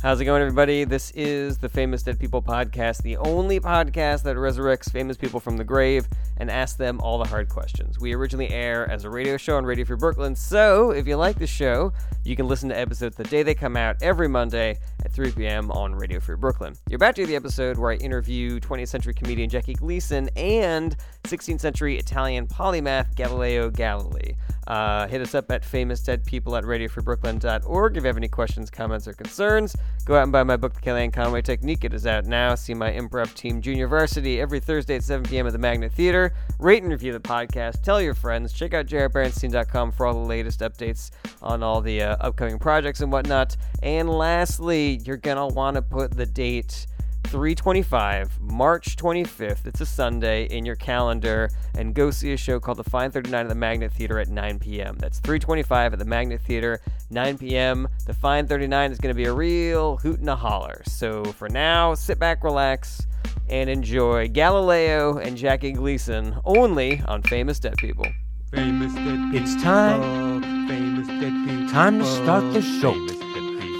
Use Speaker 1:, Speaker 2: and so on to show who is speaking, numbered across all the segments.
Speaker 1: How's it going, everybody? This is the Famous Dead People podcast, the only podcast that resurrects famous people from the grave and asks them all the hard questions. We originally air as a radio show on Radio Free Brooklyn, so if you like the show, you can listen to episodes the day they come out every Monday at 3 p.m. on Radio Free Brooklyn. You're about to hear the episode where I interview 20th century comedian Jackie Gleason and 16th century Italian polymath Galileo Galilei. Uh, hit us up at famousdeadpeople at radiofreebrooklyn.org if you have any questions, comments, or concerns. Go out and buy my book, The Kellyanne Conway Technique. It is out now. See my improv team, Junior Varsity, every Thursday at 7 p.m. at the Magnet Theater. Rate and review the podcast. Tell your friends. Check out jarrettberenstein.com for all the latest updates on all the uh, upcoming projects and whatnot. And lastly, you're going to want to put the date 325 march 25th it's a sunday in your calendar and go see a show called the fine 39 at the magnet theater at 9 p.m that's 325 at the magnet theater 9 p.m the fine 39 is going to be a real hoot and a holler so for now sit back relax and enjoy galileo and jackie gleason only on famous dead people
Speaker 2: Famous dead people.
Speaker 3: It's time.
Speaker 2: Famous dead people.
Speaker 3: Time to start the show.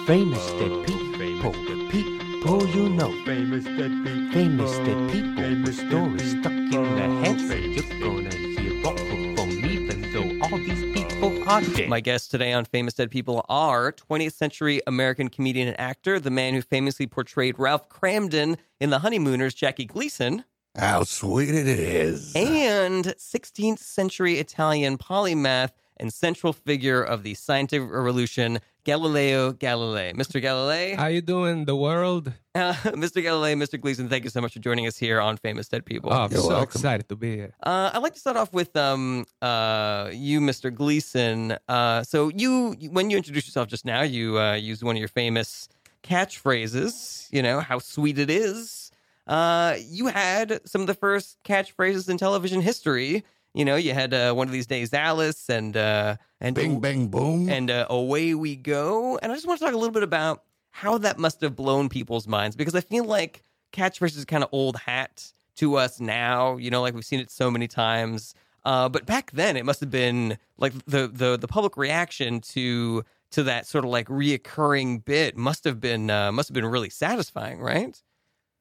Speaker 2: Famous dead people.
Speaker 3: Famous dead people, people you know.
Speaker 2: Famous dead people.
Speaker 3: Famous dead people, with
Speaker 2: Famous dead
Speaker 3: stories
Speaker 2: people.
Speaker 3: stuck in their heads. that
Speaker 2: Famous
Speaker 3: You're gonna hear all from even though all these people are dead.
Speaker 1: My guests today on Famous Dead People are 20th century American comedian and actor, the man who famously portrayed Ralph Cramden in The Honeymooners, Jackie Gleason,
Speaker 4: How sweet it is.
Speaker 1: and 16th century Italian polymath and central figure of the scientific revolution, Galileo Galilei. Mr. Galilei,
Speaker 2: How you doing, the world?
Speaker 1: uh, Mr. Galilei, Mr. Gleason, thank you so much for joining us here on Famous Dead People.
Speaker 2: Oh, I'm
Speaker 4: You're
Speaker 2: so
Speaker 4: welcome.
Speaker 2: excited to be here.
Speaker 1: Uh, I'd like to start off with um, uh, you, Mr. Gleason. Uh, so you, when you introduced yourself just now, you uh, used one of your famous catchphrases. You know how sweet it is. Uh, you had some of the first catchphrases in television history. You know, you had uh, one of these days, Alice, and uh, and
Speaker 4: Bing, bang, boom.
Speaker 1: and uh, away we go. And I just want to talk a little bit about how that must have blown people's minds because I feel like catchphrases is kind of old hat to us now. You know, like we've seen it so many times. Uh, but back then, it must have been like the the the public reaction to to that sort of like reoccurring bit must have been uh, must have been really satisfying, right?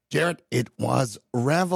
Speaker 4: Jarrett, it was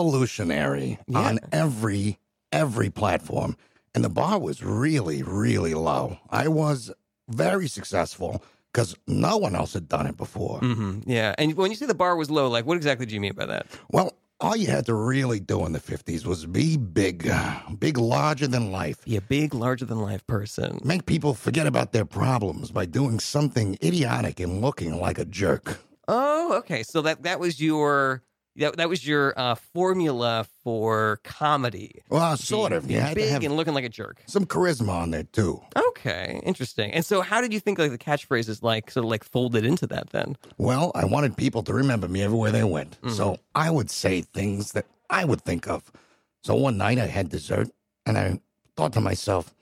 Speaker 4: revolutionary
Speaker 1: Yeah.
Speaker 4: on every every platform. And the bar was really, really low. I was very successful because no one else had done it before.
Speaker 1: hmm Yeah. And when you say the bar was low, like what exactly do you mean by that?
Speaker 4: Well, all you had to really do in the 50s was be big, uh, big, larger than life.
Speaker 1: Be a big, larger than life person.
Speaker 4: Make people forget about their problems by doing something idiotic and looking like a jerk.
Speaker 1: Oh, okay. So that that was your that that was your uh, formula for comedy.
Speaker 4: Well, sort of. You
Speaker 1: Being
Speaker 4: had
Speaker 1: big
Speaker 4: to have
Speaker 1: and looking like a jerk.
Speaker 4: some charisma on there, too.
Speaker 1: Okay, interesting. And so, how did you think like the catchphrases like sort of like folded into that then?
Speaker 4: Well, I wanted people to remember me everywhere they went.
Speaker 1: Mm-hmm.
Speaker 4: So I would say things that I would think of. So one night I had dessert and I thought to myself,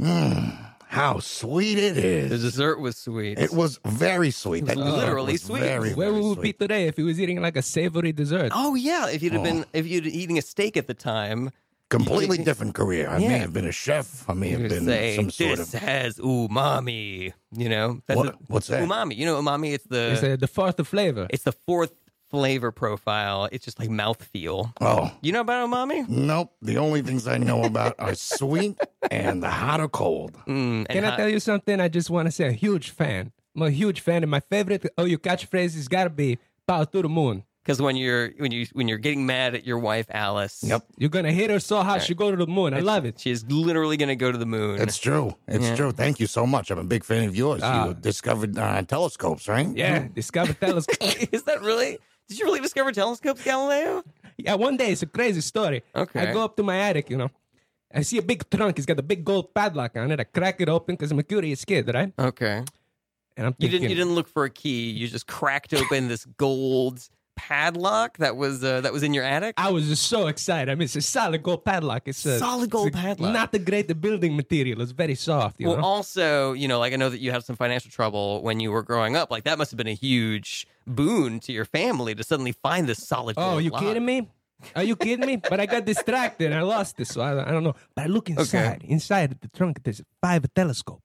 Speaker 4: mmm, how sweet it
Speaker 1: The
Speaker 4: is.
Speaker 1: dessert was sweet.
Speaker 4: It was very sweet.
Speaker 1: It was
Speaker 4: dessert
Speaker 1: literally
Speaker 4: was
Speaker 1: sweet.
Speaker 4: Very,
Speaker 2: Where
Speaker 4: very
Speaker 2: we would
Speaker 4: sweet.
Speaker 2: be today if he was eating like a savory dessert?
Speaker 1: Oh yeah, if you'd have
Speaker 4: Oh.
Speaker 1: been if you'd eating a steak at the time,
Speaker 4: Completely different career. I
Speaker 1: Yeah.
Speaker 4: may have been a chef. I may
Speaker 1: you
Speaker 4: have
Speaker 1: would
Speaker 4: been
Speaker 1: say
Speaker 4: some
Speaker 1: this
Speaker 4: sort of.
Speaker 1: has umami. You know
Speaker 4: What-
Speaker 1: it.
Speaker 4: what's that?
Speaker 1: Umami. You know umami. It's the
Speaker 2: It's
Speaker 1: it's,
Speaker 2: uh, the fourth flavor.
Speaker 1: the fourth flavor profile. It's just like mouthfeel.
Speaker 4: Oh,
Speaker 1: You know about umami?
Speaker 4: nope. The only things I know about are sweet and the hot or cold.
Speaker 1: Mm, and
Speaker 2: Can I
Speaker 1: hot-
Speaker 2: tell you something? I just want to say, a huge fan. I'm a huge fan, and my favorite oh, you catchphrase has got to be "Power to the moon."
Speaker 1: Because when you're when you when you're getting mad at your wife Alice,
Speaker 4: Yep.
Speaker 2: You're gonna hit her so hard she go to the moon. I love it.
Speaker 1: she is literally going to go to the moon.
Speaker 4: It's true. It's true. Thank you so much. I'm a big fan of yours.
Speaker 2: Ah.
Speaker 4: you discovered uh, telescopes, right?
Speaker 2: Yeah, Mm. discover telescope.
Speaker 1: is that really? Did you really discover telescopes, Galileo?
Speaker 2: yeah, one day it's a crazy story.
Speaker 1: Okay.
Speaker 2: I go up to my attic, you know. I see a big trunk. It's got a big gold padlock on it. I crack it open because I'm a curious kid, right?
Speaker 1: Okay,
Speaker 2: And I'm
Speaker 1: you
Speaker 2: thinking,
Speaker 1: didn't you didn't look for a key. You just cracked open this gold padlock that was uh, that was in your attic.
Speaker 2: I was just so excited. I mean, it's a solid gold padlock. It's a
Speaker 1: Solid
Speaker 2: it's
Speaker 1: gold
Speaker 2: a-
Speaker 1: padlock.
Speaker 2: Not the great building material. It's very soft, you
Speaker 1: well,
Speaker 2: know.
Speaker 1: also, you know, like I know that you had some financial trouble when you were growing up. Like that must have been a huge boon to your family to suddenly find this solid.
Speaker 2: Oh,
Speaker 1: gold
Speaker 2: you
Speaker 1: lock.
Speaker 2: kidding me? Are you kidding me? But I got distracted. and I lost it, so I, I don't know. But I look inside. Inside the trunk, there's five telescope.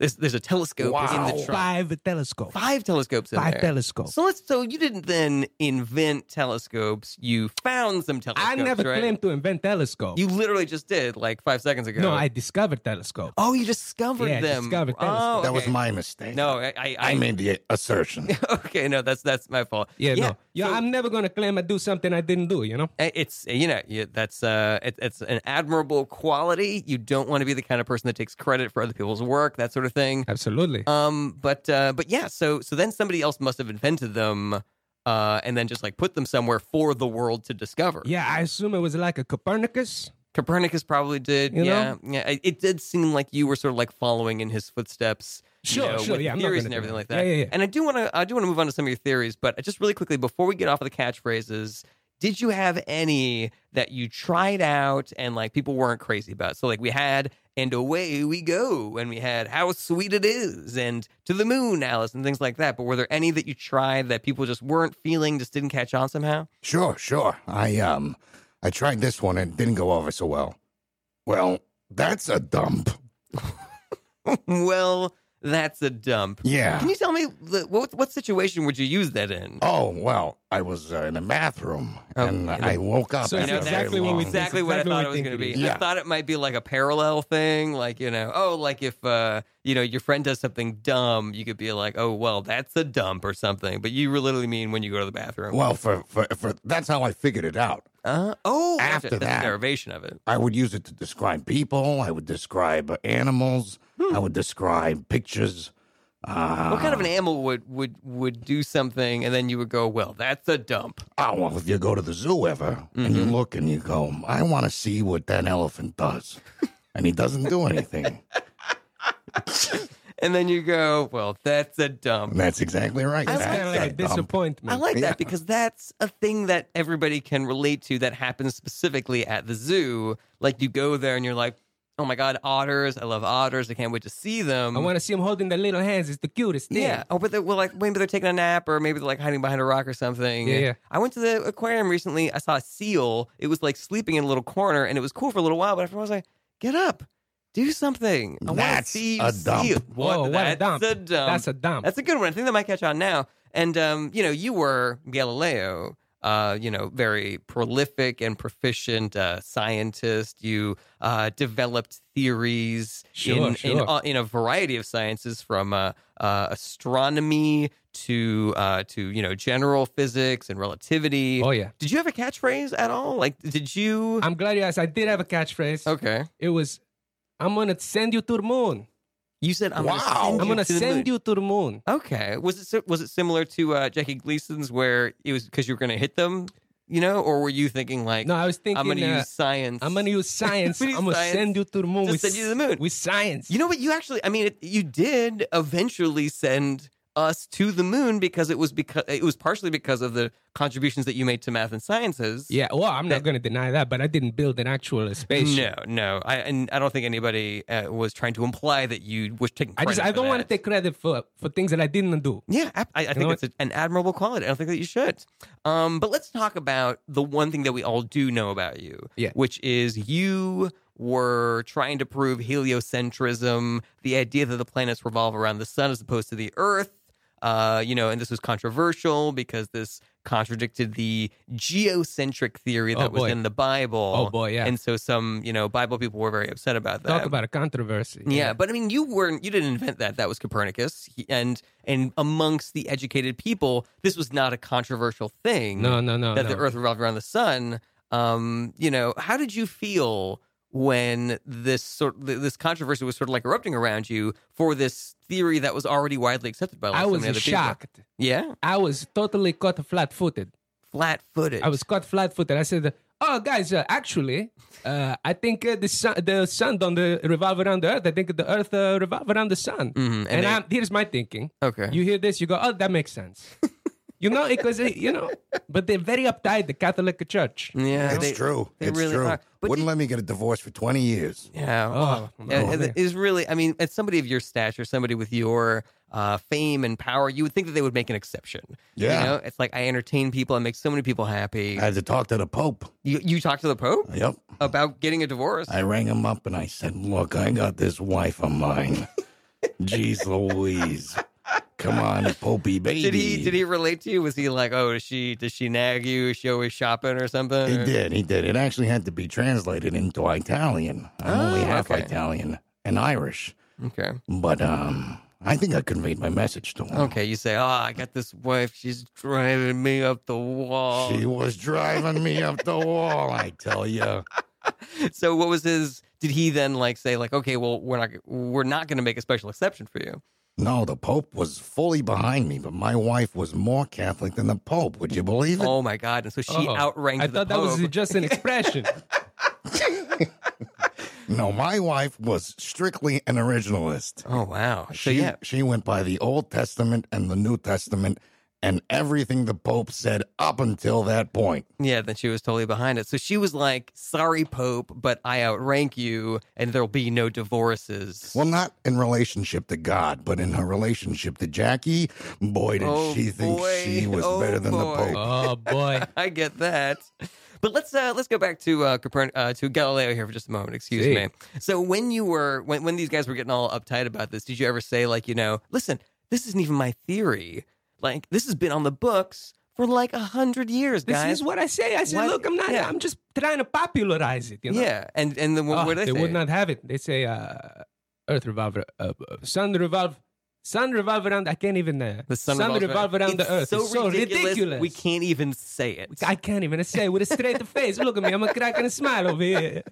Speaker 1: There's there's a telescope in the trunk.
Speaker 2: Five telescope.
Speaker 1: Five telescopes in
Speaker 2: Five
Speaker 1: there.
Speaker 2: telescope.
Speaker 1: So let's. So you didn't then invent telescopes. You found some telescopes.
Speaker 2: I never
Speaker 1: right?
Speaker 2: claimed to invent telescope.
Speaker 1: You literally just did like five seconds ago.
Speaker 2: no, I discovered telescope.
Speaker 1: Oh, you discovered
Speaker 2: Yeah,
Speaker 1: them.
Speaker 2: discovered
Speaker 1: oh,
Speaker 2: telescope.
Speaker 4: That was
Speaker 1: okay.
Speaker 4: my mistake.
Speaker 1: No, I. I,
Speaker 4: I
Speaker 1: I
Speaker 4: made the assertion.
Speaker 1: okay, no, that's that's my fault.
Speaker 2: Yeah, no. Yeah,
Speaker 1: so-
Speaker 2: I'm never gonna claim I do something I didn't do. You know.
Speaker 1: Uh, it's uh, you know you, that's uh it, it's an admirable quality you don't want to be the kind of person that takes credit for other people's work that sort of thing
Speaker 2: Absolutely.
Speaker 1: um but uh but yeah so so then somebody else must have invented them uh and then just like put them somewhere for the world to discover
Speaker 2: yeah, I assume it was like a Copernicus.
Speaker 1: copernicus probably did
Speaker 2: You
Speaker 1: yeah yeah it, it did seem like you were sort of like following in his footsteps you
Speaker 2: Sure,
Speaker 1: know,
Speaker 2: sure,
Speaker 1: with
Speaker 2: yeah, I'm not
Speaker 1: theories
Speaker 2: gonna
Speaker 1: and
Speaker 2: do
Speaker 1: everything like
Speaker 2: that.
Speaker 1: that
Speaker 2: Yeah, yeah, yeah.
Speaker 1: and i do want to i do want to move on to some of your theories but just really quickly before we get off of the catchphrases did you have any that you tried out and like people weren't crazy about so like we had and away we go and we had how sweet it is and to the moon alice and things like that but were there any that you tried that people just weren't feeling just didn't catch on somehow
Speaker 4: Sure, sure. I um I tried this one and it didn't go over so well. Well, that's a dump.
Speaker 1: well that's a dump
Speaker 4: Yeah.
Speaker 1: Can you tell me the, what what situation would you use that in?
Speaker 4: Oh, well, I was uh, in the math room
Speaker 1: Oh,
Speaker 4: and
Speaker 1: yeah.
Speaker 4: I woke up.
Speaker 2: So it's
Speaker 4: after a very
Speaker 2: exactly what we
Speaker 4: long-
Speaker 1: Exactly what I
Speaker 2: exactly
Speaker 1: thought
Speaker 2: what
Speaker 1: it
Speaker 2: I
Speaker 1: was
Speaker 2: think
Speaker 1: going to be.
Speaker 4: it is.
Speaker 1: I
Speaker 4: Yeah.
Speaker 1: thought it might be like a parallel thing, like you know, oh, like if uh, you know your friend does something dumb, you could be like, oh, well, that's a dump or something. But you literally mean when you go to the bathroom.
Speaker 4: Well, for, for for that's how I figured it out.
Speaker 1: Uh, oh, gotcha.
Speaker 4: After
Speaker 1: That's the
Speaker 4: that.
Speaker 1: derivation of it.
Speaker 4: I would use it to describe people. I would describe uh, animals. I would describe pictures. Uh,
Speaker 1: What kind of an animal would would would do something, and then you would go, well, that's a dump.
Speaker 4: Oh, well, if you go to the zoo ever and you look and you go, I want to see what that elephant does. and he doesn't do anything.
Speaker 1: And then you go, well, that's a dump.
Speaker 4: That's exactly right.
Speaker 1: I
Speaker 2: It's
Speaker 4: That's
Speaker 2: kind of like a
Speaker 4: that dump.
Speaker 2: disappointment.
Speaker 1: I like
Speaker 4: Yeah.
Speaker 1: that because that's a thing that everybody can relate to that happens specifically at the zoo. Like you go there and you're like, oh my God, otters. I love otters. I can't wait to see them.
Speaker 2: I want to see him holding the little hands. It's the cutest thing.
Speaker 1: yeah. Oh, but they're, well, like maybe they're taking a nap or maybe they're like hiding behind a rock or something.
Speaker 2: Yeah, yeah.
Speaker 1: I went to the aquarium recently. I saw a seal. It was like sleeping in a little corner and it was cool for a little while, but everyone was like, get up, do something. I want to
Speaker 4: That's
Speaker 1: see
Speaker 4: a dump.
Speaker 1: seal.
Speaker 2: Whoa, Oh,
Speaker 1: that's
Speaker 2: what a dump.
Speaker 1: a dump.
Speaker 2: That's a dump.
Speaker 1: That's a good one. I think that might catch on now. And um, you know, you were Galileo. Uh, you know, very prolific and proficient uh, scientist. You uh, developed theories
Speaker 2: Sure,
Speaker 1: in in,
Speaker 2: sure.
Speaker 1: uh, in a variety of sciences, from uh, uh, astronomy to uh, to you know general physics and relativity.
Speaker 2: oh yeah.
Speaker 1: Did you have a catchphrase at all? Like, did you?
Speaker 2: I'm glad you asked. I did have a catchphrase.
Speaker 1: okay,
Speaker 2: It was, I'm gonna send you to the moon.
Speaker 1: you said I'm
Speaker 4: Wow.
Speaker 1: gonna send
Speaker 2: I'm
Speaker 1: you to
Speaker 2: gonna
Speaker 1: the moon."
Speaker 2: send you to the moon.
Speaker 1: Okay. Was it si- was it similar to uh, Jackie Gleason's where it was because you were going to hit them, you know, or were you thinking like
Speaker 2: No, I was thinking.
Speaker 1: I'm going to
Speaker 2: uh,
Speaker 1: use science?
Speaker 2: I'm gonna use science.
Speaker 1: We need
Speaker 2: I'm gonna
Speaker 1: science
Speaker 2: send you to the moon.
Speaker 1: to
Speaker 2: with
Speaker 1: send you to the moon.
Speaker 2: with science.
Speaker 1: You know what? You actually, I mean, it, you did eventually send us to the moon because it was because it was partially because of the contributions that you made to math and sciences.
Speaker 2: yeah. Well, I'm not gonna deny that, but I didn't build an actual spaceship.
Speaker 1: No, no, I and I don't think anybody uh, was trying to imply that you was taking.
Speaker 2: I just
Speaker 1: credit
Speaker 2: I
Speaker 1: for
Speaker 2: don't want to
Speaker 1: that.
Speaker 2: take credit for for things that I didn't do.
Speaker 1: Yeah, ab- I, I think
Speaker 2: know
Speaker 1: that's a, an admirable quality. I don't think that you should. Um, but let's talk about the one thing that we all do know about you,
Speaker 2: Yeah.
Speaker 1: which is you were trying to prove heliocentrism, the idea that the planets revolve around the sun as opposed to the Earth. Uh, you know, and this was controversial because this contradicted the geocentric theory that
Speaker 2: Oh,
Speaker 1: was
Speaker 2: boy.
Speaker 1: in the Bible.
Speaker 2: Oh, boy, yeah.
Speaker 1: And so some, you know, Bible people were very upset about that.
Speaker 2: Talk about a controversy.
Speaker 1: Yeah, but I mean, you weren't you didn't invent that. That was Copernicus, he, and and amongst the educated people, this was not a controversial thing.
Speaker 2: No, no, no.
Speaker 1: that
Speaker 2: no.
Speaker 1: the Earth revolved around the sun. Um, you know, how did you feel when this sort th- this controversy was sort of like erupting around you for this theory that was already widely accepted by like,
Speaker 2: I
Speaker 1: so
Speaker 2: was
Speaker 1: many other people?
Speaker 2: shocked.
Speaker 1: Yeah,
Speaker 2: I was totally caught flat-footed.
Speaker 1: flat footed.
Speaker 2: I was caught flat-footed. I said, "Oh, guys, uh, actually, uh, I think uh, the sun, the sun don't uh, revolve around the Earth. I think the Earth uh, revolve around the sun."
Speaker 1: Mhm, and
Speaker 2: And,
Speaker 1: they-
Speaker 2: I'm, here's my thinking.
Speaker 1: okay.
Speaker 2: You hear this, you go, "Oh, that makes sense." You know, because uh, you know, but they're very uptight. The Catholic Church.
Speaker 1: Yeah,
Speaker 4: It's
Speaker 1: they-
Speaker 4: true.
Speaker 1: they
Speaker 4: it's
Speaker 1: really
Speaker 4: true.
Speaker 1: are. But
Speaker 4: Wouldn't let me get a divorce for 20 years.
Speaker 1: Yeah.
Speaker 2: Oh,
Speaker 1: Oh,
Speaker 2: no,
Speaker 1: it-
Speaker 2: man.
Speaker 1: it is really. I mean, as somebody of your stature, somebody with your uh, fame and power, you would think that they would make an exception.
Speaker 4: Yeah.
Speaker 1: You know, it's like I entertain people. I make so many people happy.
Speaker 4: I had to talk to the Pope.
Speaker 1: you you talk to the Pope
Speaker 4: Yep.
Speaker 1: about getting a divorce.
Speaker 4: I rang him up and I said, Look, I got this wife of mine. Jeez Louise. Come on, Popey baby.
Speaker 1: did he did he relate to you? Was he like, oh, is she does she nag you? Is she always shopping or something?
Speaker 4: He
Speaker 1: Or-
Speaker 4: did. He did. It actually had to be translated into Italian. I'm only
Speaker 1: Oh,
Speaker 4: half
Speaker 1: okay.
Speaker 4: Italian and Irish.
Speaker 1: Okay.
Speaker 4: But um, I think I conveyed my message to him.
Speaker 1: Okay. You say, oh, I got this wife. She's driving me up the wall.
Speaker 4: She was driving me up the wall, I tell you.
Speaker 1: so what was his? Did he then like say like, okay, well, we're not we're not going to make a special exception for you?
Speaker 4: No, the Pope was fully behind me, but my wife was more Catholic than the Pope. Would you believe it?
Speaker 1: Oh my God! And so she
Speaker 2: Oh,
Speaker 1: outranked
Speaker 2: I
Speaker 1: the
Speaker 2: thought that was
Speaker 1: Pope.
Speaker 2: just an expression.
Speaker 4: No, my wife was strictly an originalist.
Speaker 1: Oh wow! So
Speaker 4: she,
Speaker 1: yeah,
Speaker 4: she went by the Old Testament and the New Testament and everything the Pope said up until that point.
Speaker 1: yeah. Then she was totally behind it. So she was like, "Sorry, Pope, but I outrank you, and there'll be no divorces."
Speaker 4: Well, not in relationship to God, but in her relationship to Jackie. Boy, did
Speaker 1: Oh,
Speaker 4: she think
Speaker 1: boy.
Speaker 4: she was
Speaker 1: Oh,
Speaker 4: better than
Speaker 1: boy.
Speaker 4: the Pope.
Speaker 2: oh boy.
Speaker 1: I get that. But let's uh, let's go back to uh, Copern- uh, to Galileo here for just a moment. Excuse
Speaker 2: Gee.
Speaker 1: me. So when you were when when these guys were getting all uptight about this, did you ever say like you know, listen, this isn't even my theory. Like this has been on the books for like a hundred years,
Speaker 2: This
Speaker 1: guys.
Speaker 2: is what I say. I say,
Speaker 1: What-
Speaker 2: look, I'm not.
Speaker 1: yeah.
Speaker 2: I'm just trying to popularize it. You know.
Speaker 1: yeah, and and then what,
Speaker 2: Oh,
Speaker 1: what did
Speaker 2: they
Speaker 1: they, say?
Speaker 2: would not have it. They say uh, Earth revolve, uh, uh, sun revolve, sun revolve around. I can't even. Uh,
Speaker 1: The sun,
Speaker 2: revolve, around
Speaker 1: It's
Speaker 2: the Earth.
Speaker 1: So,
Speaker 2: It's so ridiculous.
Speaker 1: We can't even say it.
Speaker 2: I can't even say with a straight face. Look at me. I'm a crack and a smile over here.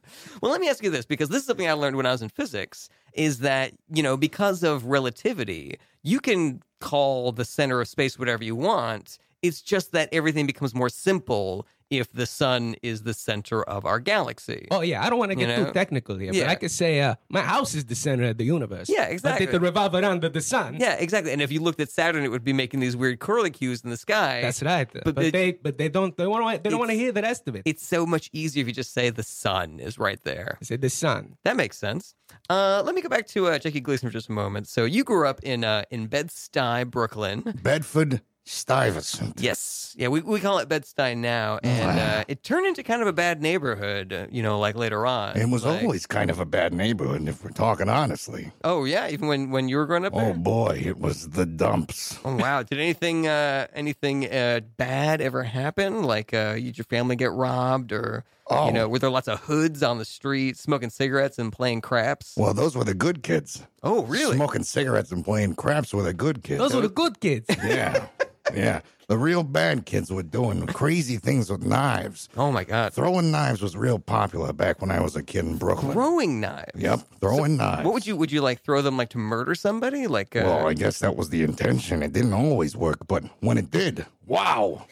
Speaker 1: Well, let me ask you this because this is something I learned when I was in physics is that, you know, because of relativity, you can call the center of space whatever you want. It's just that everything becomes more simple if the sun is the center of our galaxy.
Speaker 2: Oh yeah, I don't want to
Speaker 1: You
Speaker 2: get
Speaker 1: know?
Speaker 2: too technical here,
Speaker 1: Yeah.
Speaker 2: but I could say uh, my house is the center of the universe.
Speaker 1: Yeah,
Speaker 2: But
Speaker 1: exactly.
Speaker 2: it revolve around the, the sun.
Speaker 1: Yeah, exactly. And if you looked at Saturn, it would be making these weird curlicues in the sky.
Speaker 2: That's right. But,
Speaker 1: they-
Speaker 2: they, but they don't they want they don't want to
Speaker 1: It's-
Speaker 2: hear the rest of it.
Speaker 1: It's so much easier if you just say the sun is right there.
Speaker 2: I said the sun.
Speaker 1: That makes sense. Uh, let me go back to uh, Jackie Gleason for just a moment. So you grew up in uh, in Bed Stuy, Brooklyn.
Speaker 4: Bedford Stuyvesant.
Speaker 1: Yes, yeah, we, we call it Bed Stuy now, and uh, it turned into kind of a bad neighborhood. uh, You know, like later on,
Speaker 4: It was
Speaker 1: Like-
Speaker 4: always kind of a bad neighborhood, if we're talking honestly.
Speaker 1: Oh yeah, even when when you were growing up
Speaker 4: Oh
Speaker 1: there.
Speaker 4: boy, it was the dumps.
Speaker 1: Oh wow! Did anything uh, anything uh, bad ever happen? Like, uh, did your family get robbed, or
Speaker 4: Oh.
Speaker 1: you know, were there lots of hoods on the street smoking cigarettes and playing craps?
Speaker 4: Well, those were the good kids.
Speaker 1: Oh really?
Speaker 4: Smoking cigarettes and playing craps were the good kids.
Speaker 2: Those were the good kids.
Speaker 4: yeah. Yeah. The real bad kids were doing crazy things with knives.
Speaker 1: oh my god!
Speaker 4: Throwing knives was real popular back when I was a kid in Brooklyn.
Speaker 1: Throwing knives.
Speaker 4: Yep, throwing knives.
Speaker 1: What would you would you like throw them like to murder somebody? Like uh,
Speaker 4: Well, I guess that was the intention. It didn't always work, but when it did, wow.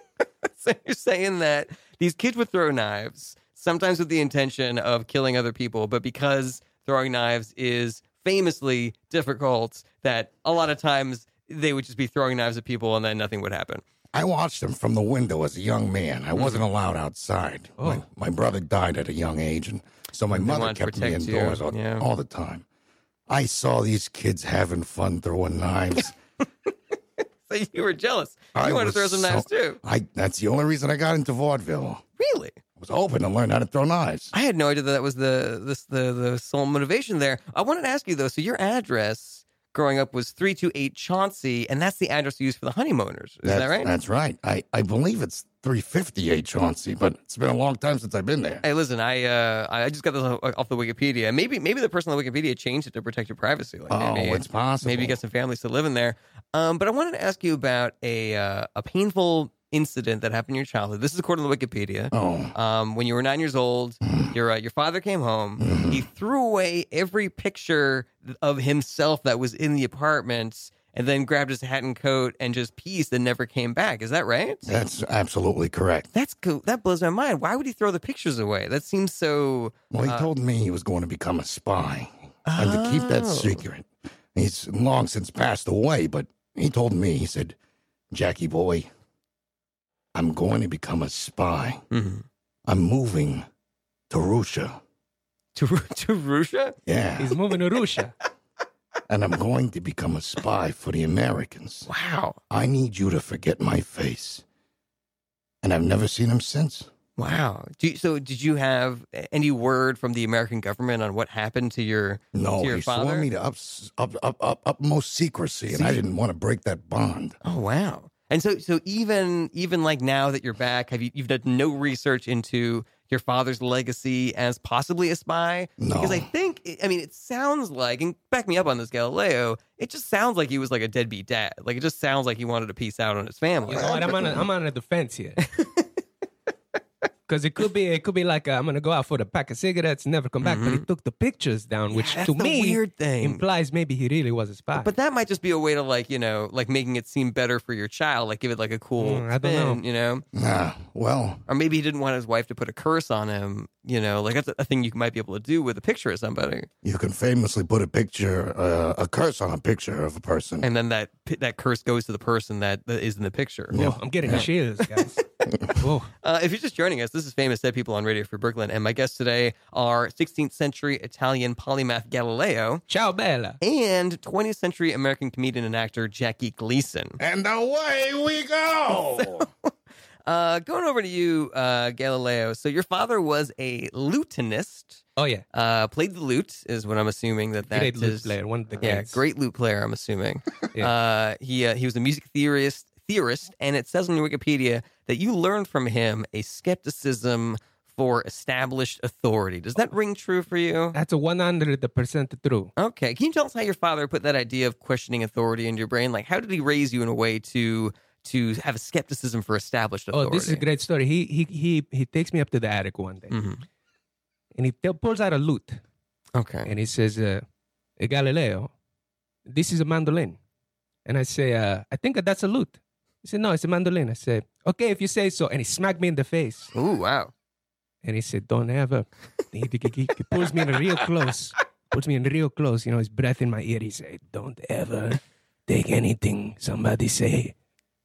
Speaker 1: so you're saying that these kids would throw knives sometimes with the intention of killing other people, but because throwing knives is famously difficult, that a lot of times they would just be throwing knives at people and then nothing would happen.
Speaker 4: I watched them from the window as a young man.
Speaker 1: Hmm.
Speaker 4: I wasn't allowed outside. My, my brother died at a young age, and so my
Speaker 1: Oh.
Speaker 4: mother
Speaker 1: wanted to
Speaker 4: kept me
Speaker 1: protect you,
Speaker 4: indoors all,
Speaker 1: yeah.
Speaker 4: all the time. I saw these kids having fun throwing knives.
Speaker 1: So you were jealous. You
Speaker 4: I
Speaker 1: wanted to
Speaker 4: was
Speaker 1: throw some
Speaker 4: so-
Speaker 1: knives too.
Speaker 4: I, that's the only reason I got into vaudeville.
Speaker 1: Really?
Speaker 4: I was hoping to learn how to throw knives.
Speaker 1: I had no idea that, that was the this the the sole motivation there. I wanted to ask you though, so your address growing up was 328 Chauncey, and that's the address you used for the honeymooners. Is
Speaker 4: that's,
Speaker 1: that right?
Speaker 4: That's right. I, I believe it's 358 Chauncey, but it's been a long time since I've been there.
Speaker 1: Hey, listen, I uh, I just got this off off the Wikipedia. Maybe maybe the person on the Wikipedia changed it to protect your privacy. Like
Speaker 4: Oh,
Speaker 1: maybe,
Speaker 4: it's possible.
Speaker 1: Maybe you got some families still living there. Um, but I wanted to ask you about a uh, a painful incident that happened in your childhood. This is according to the Wikipedia.
Speaker 4: Oh, Mm-hmm.
Speaker 1: Um, when you were nine years old, your uh, your father came home. He threw away every picture of himself that was in the apartment, and then grabbed his hat and coat and just pieced and never came back. Is that right?
Speaker 4: that's absolutely correct.
Speaker 1: That's cool. That blows my mind. Why would he throw the pictures away? That seems so.
Speaker 4: Well, he
Speaker 1: Uh,
Speaker 4: told me he was going to become a spy and to keep that
Speaker 1: Oh.
Speaker 4: secret. He's long since passed away, but he told me, he said, Jackie boy, I'm going to become a spy.
Speaker 1: Mhm.
Speaker 4: I'm moving to Russia.
Speaker 1: To, Ru- to Russia?
Speaker 4: Yeah.
Speaker 2: He's moving to Russia.
Speaker 4: and I'm going to become a spy for the Americans.
Speaker 1: Wow.
Speaker 4: I need you to forget my face. And I've never seen him since.
Speaker 1: Wow. Do you, so, did you have any word from the American government on what happened to your
Speaker 4: No,
Speaker 1: to your
Speaker 4: he
Speaker 1: father?
Speaker 4: swore me to up, up, up, up, utmost secrecy, and I didn't want to break that bond.
Speaker 1: oh wow. And so, so even even like now that you're back, have you you've done no research into your father's legacy as possibly a spy?
Speaker 4: No.
Speaker 1: Because I think I mean it sounds like, and back me up on this, Galileo. It just sounds like he was like a deadbeat dad. Like it just sounds like he wanted to peace out on his family.
Speaker 2: You know what? I'm on. A, I'm on a defense here. Because it could be, it could be like i am I'm gonna go out for the pack of cigarettes, never come back. But he took the pictures down, which
Speaker 1: Mm-hmm. that's
Speaker 2: to
Speaker 1: the
Speaker 2: me
Speaker 1: weird thing.
Speaker 2: implies maybe he really was a spy.
Speaker 1: But that might just be a way to like you know like making it seem better for your child, like give it like a cool
Speaker 2: Mm, I don't
Speaker 1: spin,
Speaker 2: know.
Speaker 1: you know.
Speaker 4: Nah, well,
Speaker 1: or maybe he didn't want his wife to put a curse on him. You know, like that's a thing you might be able to do with a picture of somebody,
Speaker 4: you can famously put a picture, uh, a curse on a picture of a person.
Speaker 1: and then that that curse goes to the person that, that is in the picture.
Speaker 4: Yeah.
Speaker 2: I'm getting chills, guys. Whoa.
Speaker 1: Uh, if you're just joining us, this is Famous Dead People on Radio Free Brooklyn, and my guests today are 16th century Italian polymath Galileo
Speaker 2: Ciao, Bella.
Speaker 1: and 20th century American comedian and actor Jackie Gleason.
Speaker 4: And away we go!
Speaker 1: Uh, going over to you, uh, Galileo. So your father was a lutenist,
Speaker 2: Oh yeah,
Speaker 1: uh, played the lute, is what I'm assuming that that
Speaker 2: great lute
Speaker 1: is-
Speaker 2: player, one of the
Speaker 1: Yeah,
Speaker 2: greats.
Speaker 1: great lute player. I'm assuming.
Speaker 2: Yeah.
Speaker 1: uh, he uh, he was a music theorist, theorist, and it says on your Wikipedia that you learned from him a skepticism for established authority. Does that ring true for you?
Speaker 2: That's a 100 percent true.
Speaker 1: Okay. Can you tell us how your father put that idea of questioning authority into your brain? Like, how did he raise you in a way to to have a skepticism for established authority?
Speaker 2: Oh, this is a great story. He he he he takes me up to the attic one day,
Speaker 1: Mhm.
Speaker 2: and he te- pulls out a lute,
Speaker 1: Okay.
Speaker 2: and he says, uh, "Hey, "Galileo, this is a mandolin," and I say, uh, "I think that's a lute." He said, "No, it's a mandolin." I said, "Okay, if you say so," and he smacked me in the face,
Speaker 1: Ooh, wow.
Speaker 2: and he said, "Don't ever." he, he- he- he pulls me in real close, pulls me in real close. You know, his breath in my ear. He said, "Don't ever take anything somebody say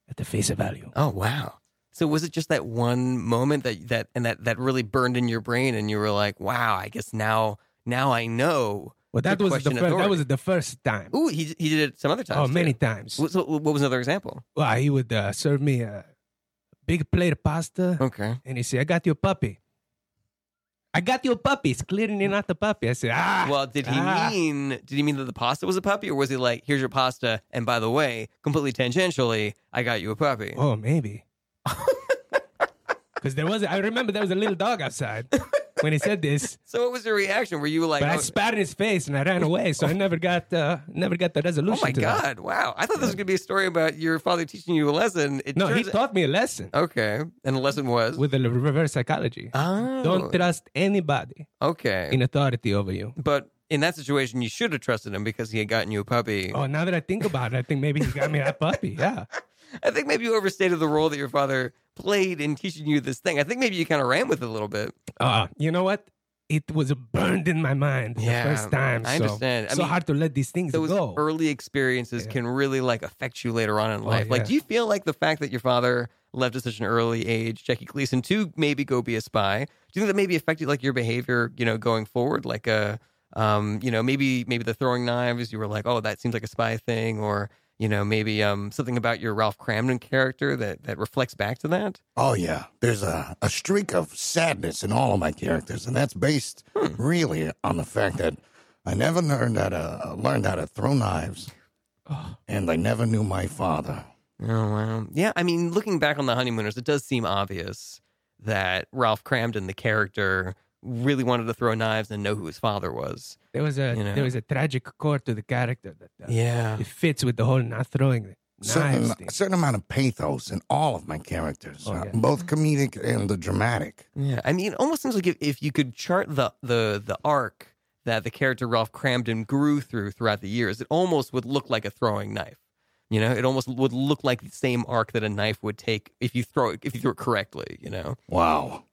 Speaker 2: at the face of value."
Speaker 1: Oh, wow. So was it just that one moment that that and that that really burned in your brain, and you were like, "Wow, I guess now now I know."
Speaker 2: Well, that
Speaker 1: to
Speaker 2: was the
Speaker 1: question
Speaker 2: first. That
Speaker 1: authority.
Speaker 2: was the first time.
Speaker 1: Ooh, he he did it some other times.
Speaker 2: Oh,
Speaker 1: too.
Speaker 2: many times.
Speaker 1: What, so what was another example?
Speaker 2: Well, he would uh, serve me a big plate of pasta,
Speaker 1: Okay.
Speaker 2: and he said, "I got your puppy. I got your puppy. It's clearly not the puppy." I said, "Ah."
Speaker 1: Hmm. Well, did he
Speaker 2: ah."
Speaker 1: mean did he mean that the pasta was a puppy, or was he like, "Here's your pasta," and by the way, completely tangentially, I got you a puppy.
Speaker 2: Oh, maybe. Because there was, I remember there was a little dog outside when he said this,
Speaker 1: So what was your reaction? Were you like,
Speaker 2: but I
Speaker 1: "Oh,
Speaker 2: spat in his face and I ran away, so I never got, uh, never got the
Speaker 1: oh
Speaker 2: resolution.
Speaker 1: my
Speaker 2: to that.
Speaker 1: god, wow"? I thought this was gonna be a story about your father teaching you a lesson. It
Speaker 2: No, he
Speaker 1: turns-
Speaker 2: taught me a lesson
Speaker 1: Okay, and the lesson was.
Speaker 2: with the reverse psychology.
Speaker 1: Oh,
Speaker 2: Don't trust anybody
Speaker 1: okay.
Speaker 2: in authority over you.
Speaker 1: But in that situation, you should have trusted him because he had gotten you a puppy.
Speaker 2: Oh, now that I think about it, I think maybe he got me that puppy. Yeah.
Speaker 1: I think maybe you overstated the role that your father played in teaching you this thing. I think maybe you kind of ran with it a little bit.
Speaker 2: Uh, you know what? It was burned in my mind
Speaker 1: Yeah,
Speaker 2: the first time.
Speaker 1: I
Speaker 2: so,
Speaker 1: understand. I
Speaker 2: so
Speaker 1: mean,
Speaker 2: hard to let these things
Speaker 1: Those
Speaker 2: go.
Speaker 1: early experiences
Speaker 2: Yeah. Oh,
Speaker 1: can really like affect you later on in life. Like,
Speaker 2: yeah.
Speaker 1: do you feel like the fact that your father left at such an early age, Jackie Gleason, to maybe go be a spy? Do you think that maybe affected like your behavior, you know, going forward? Like, uh, um, you know, maybe maybe the throwing knives. You were like, oh, that seems like a spy thing, or you know, maybe um, something about your Ralph Cramden character that that reflects back to that.
Speaker 4: Oh yeah, there's a, a streak of sadness in all of my characters, and that's based
Speaker 2: Hmm.
Speaker 4: really on the fact that I never learned how to learned how to throw knives, and I never knew my father.
Speaker 1: Oh wow! Yeah, I mean, looking back on the honeymooners, it does seem obvious that Ralph Cramden, the character, really wanted to throw knives and know who his father was.
Speaker 2: there was a
Speaker 1: you know.
Speaker 2: there was a tragic core to the character that uh,
Speaker 1: Yeah.
Speaker 2: it fits with the whole not throwing the knives
Speaker 4: Certain,
Speaker 2: thing.
Speaker 4: certain amount of pathos in all of my characters,
Speaker 2: Oh,
Speaker 4: uh,
Speaker 2: yeah.
Speaker 4: both comedic and the dramatic.
Speaker 1: Yeah, I mean, it almost seems like if, if you could chart the the the arc that the character Ralph Cramden grew through throughout the years, it almost would look like a throwing knife. You know, it almost would look like the same arc that a knife would take if you throw it if you threw it correctly. You know,
Speaker 4: Wow,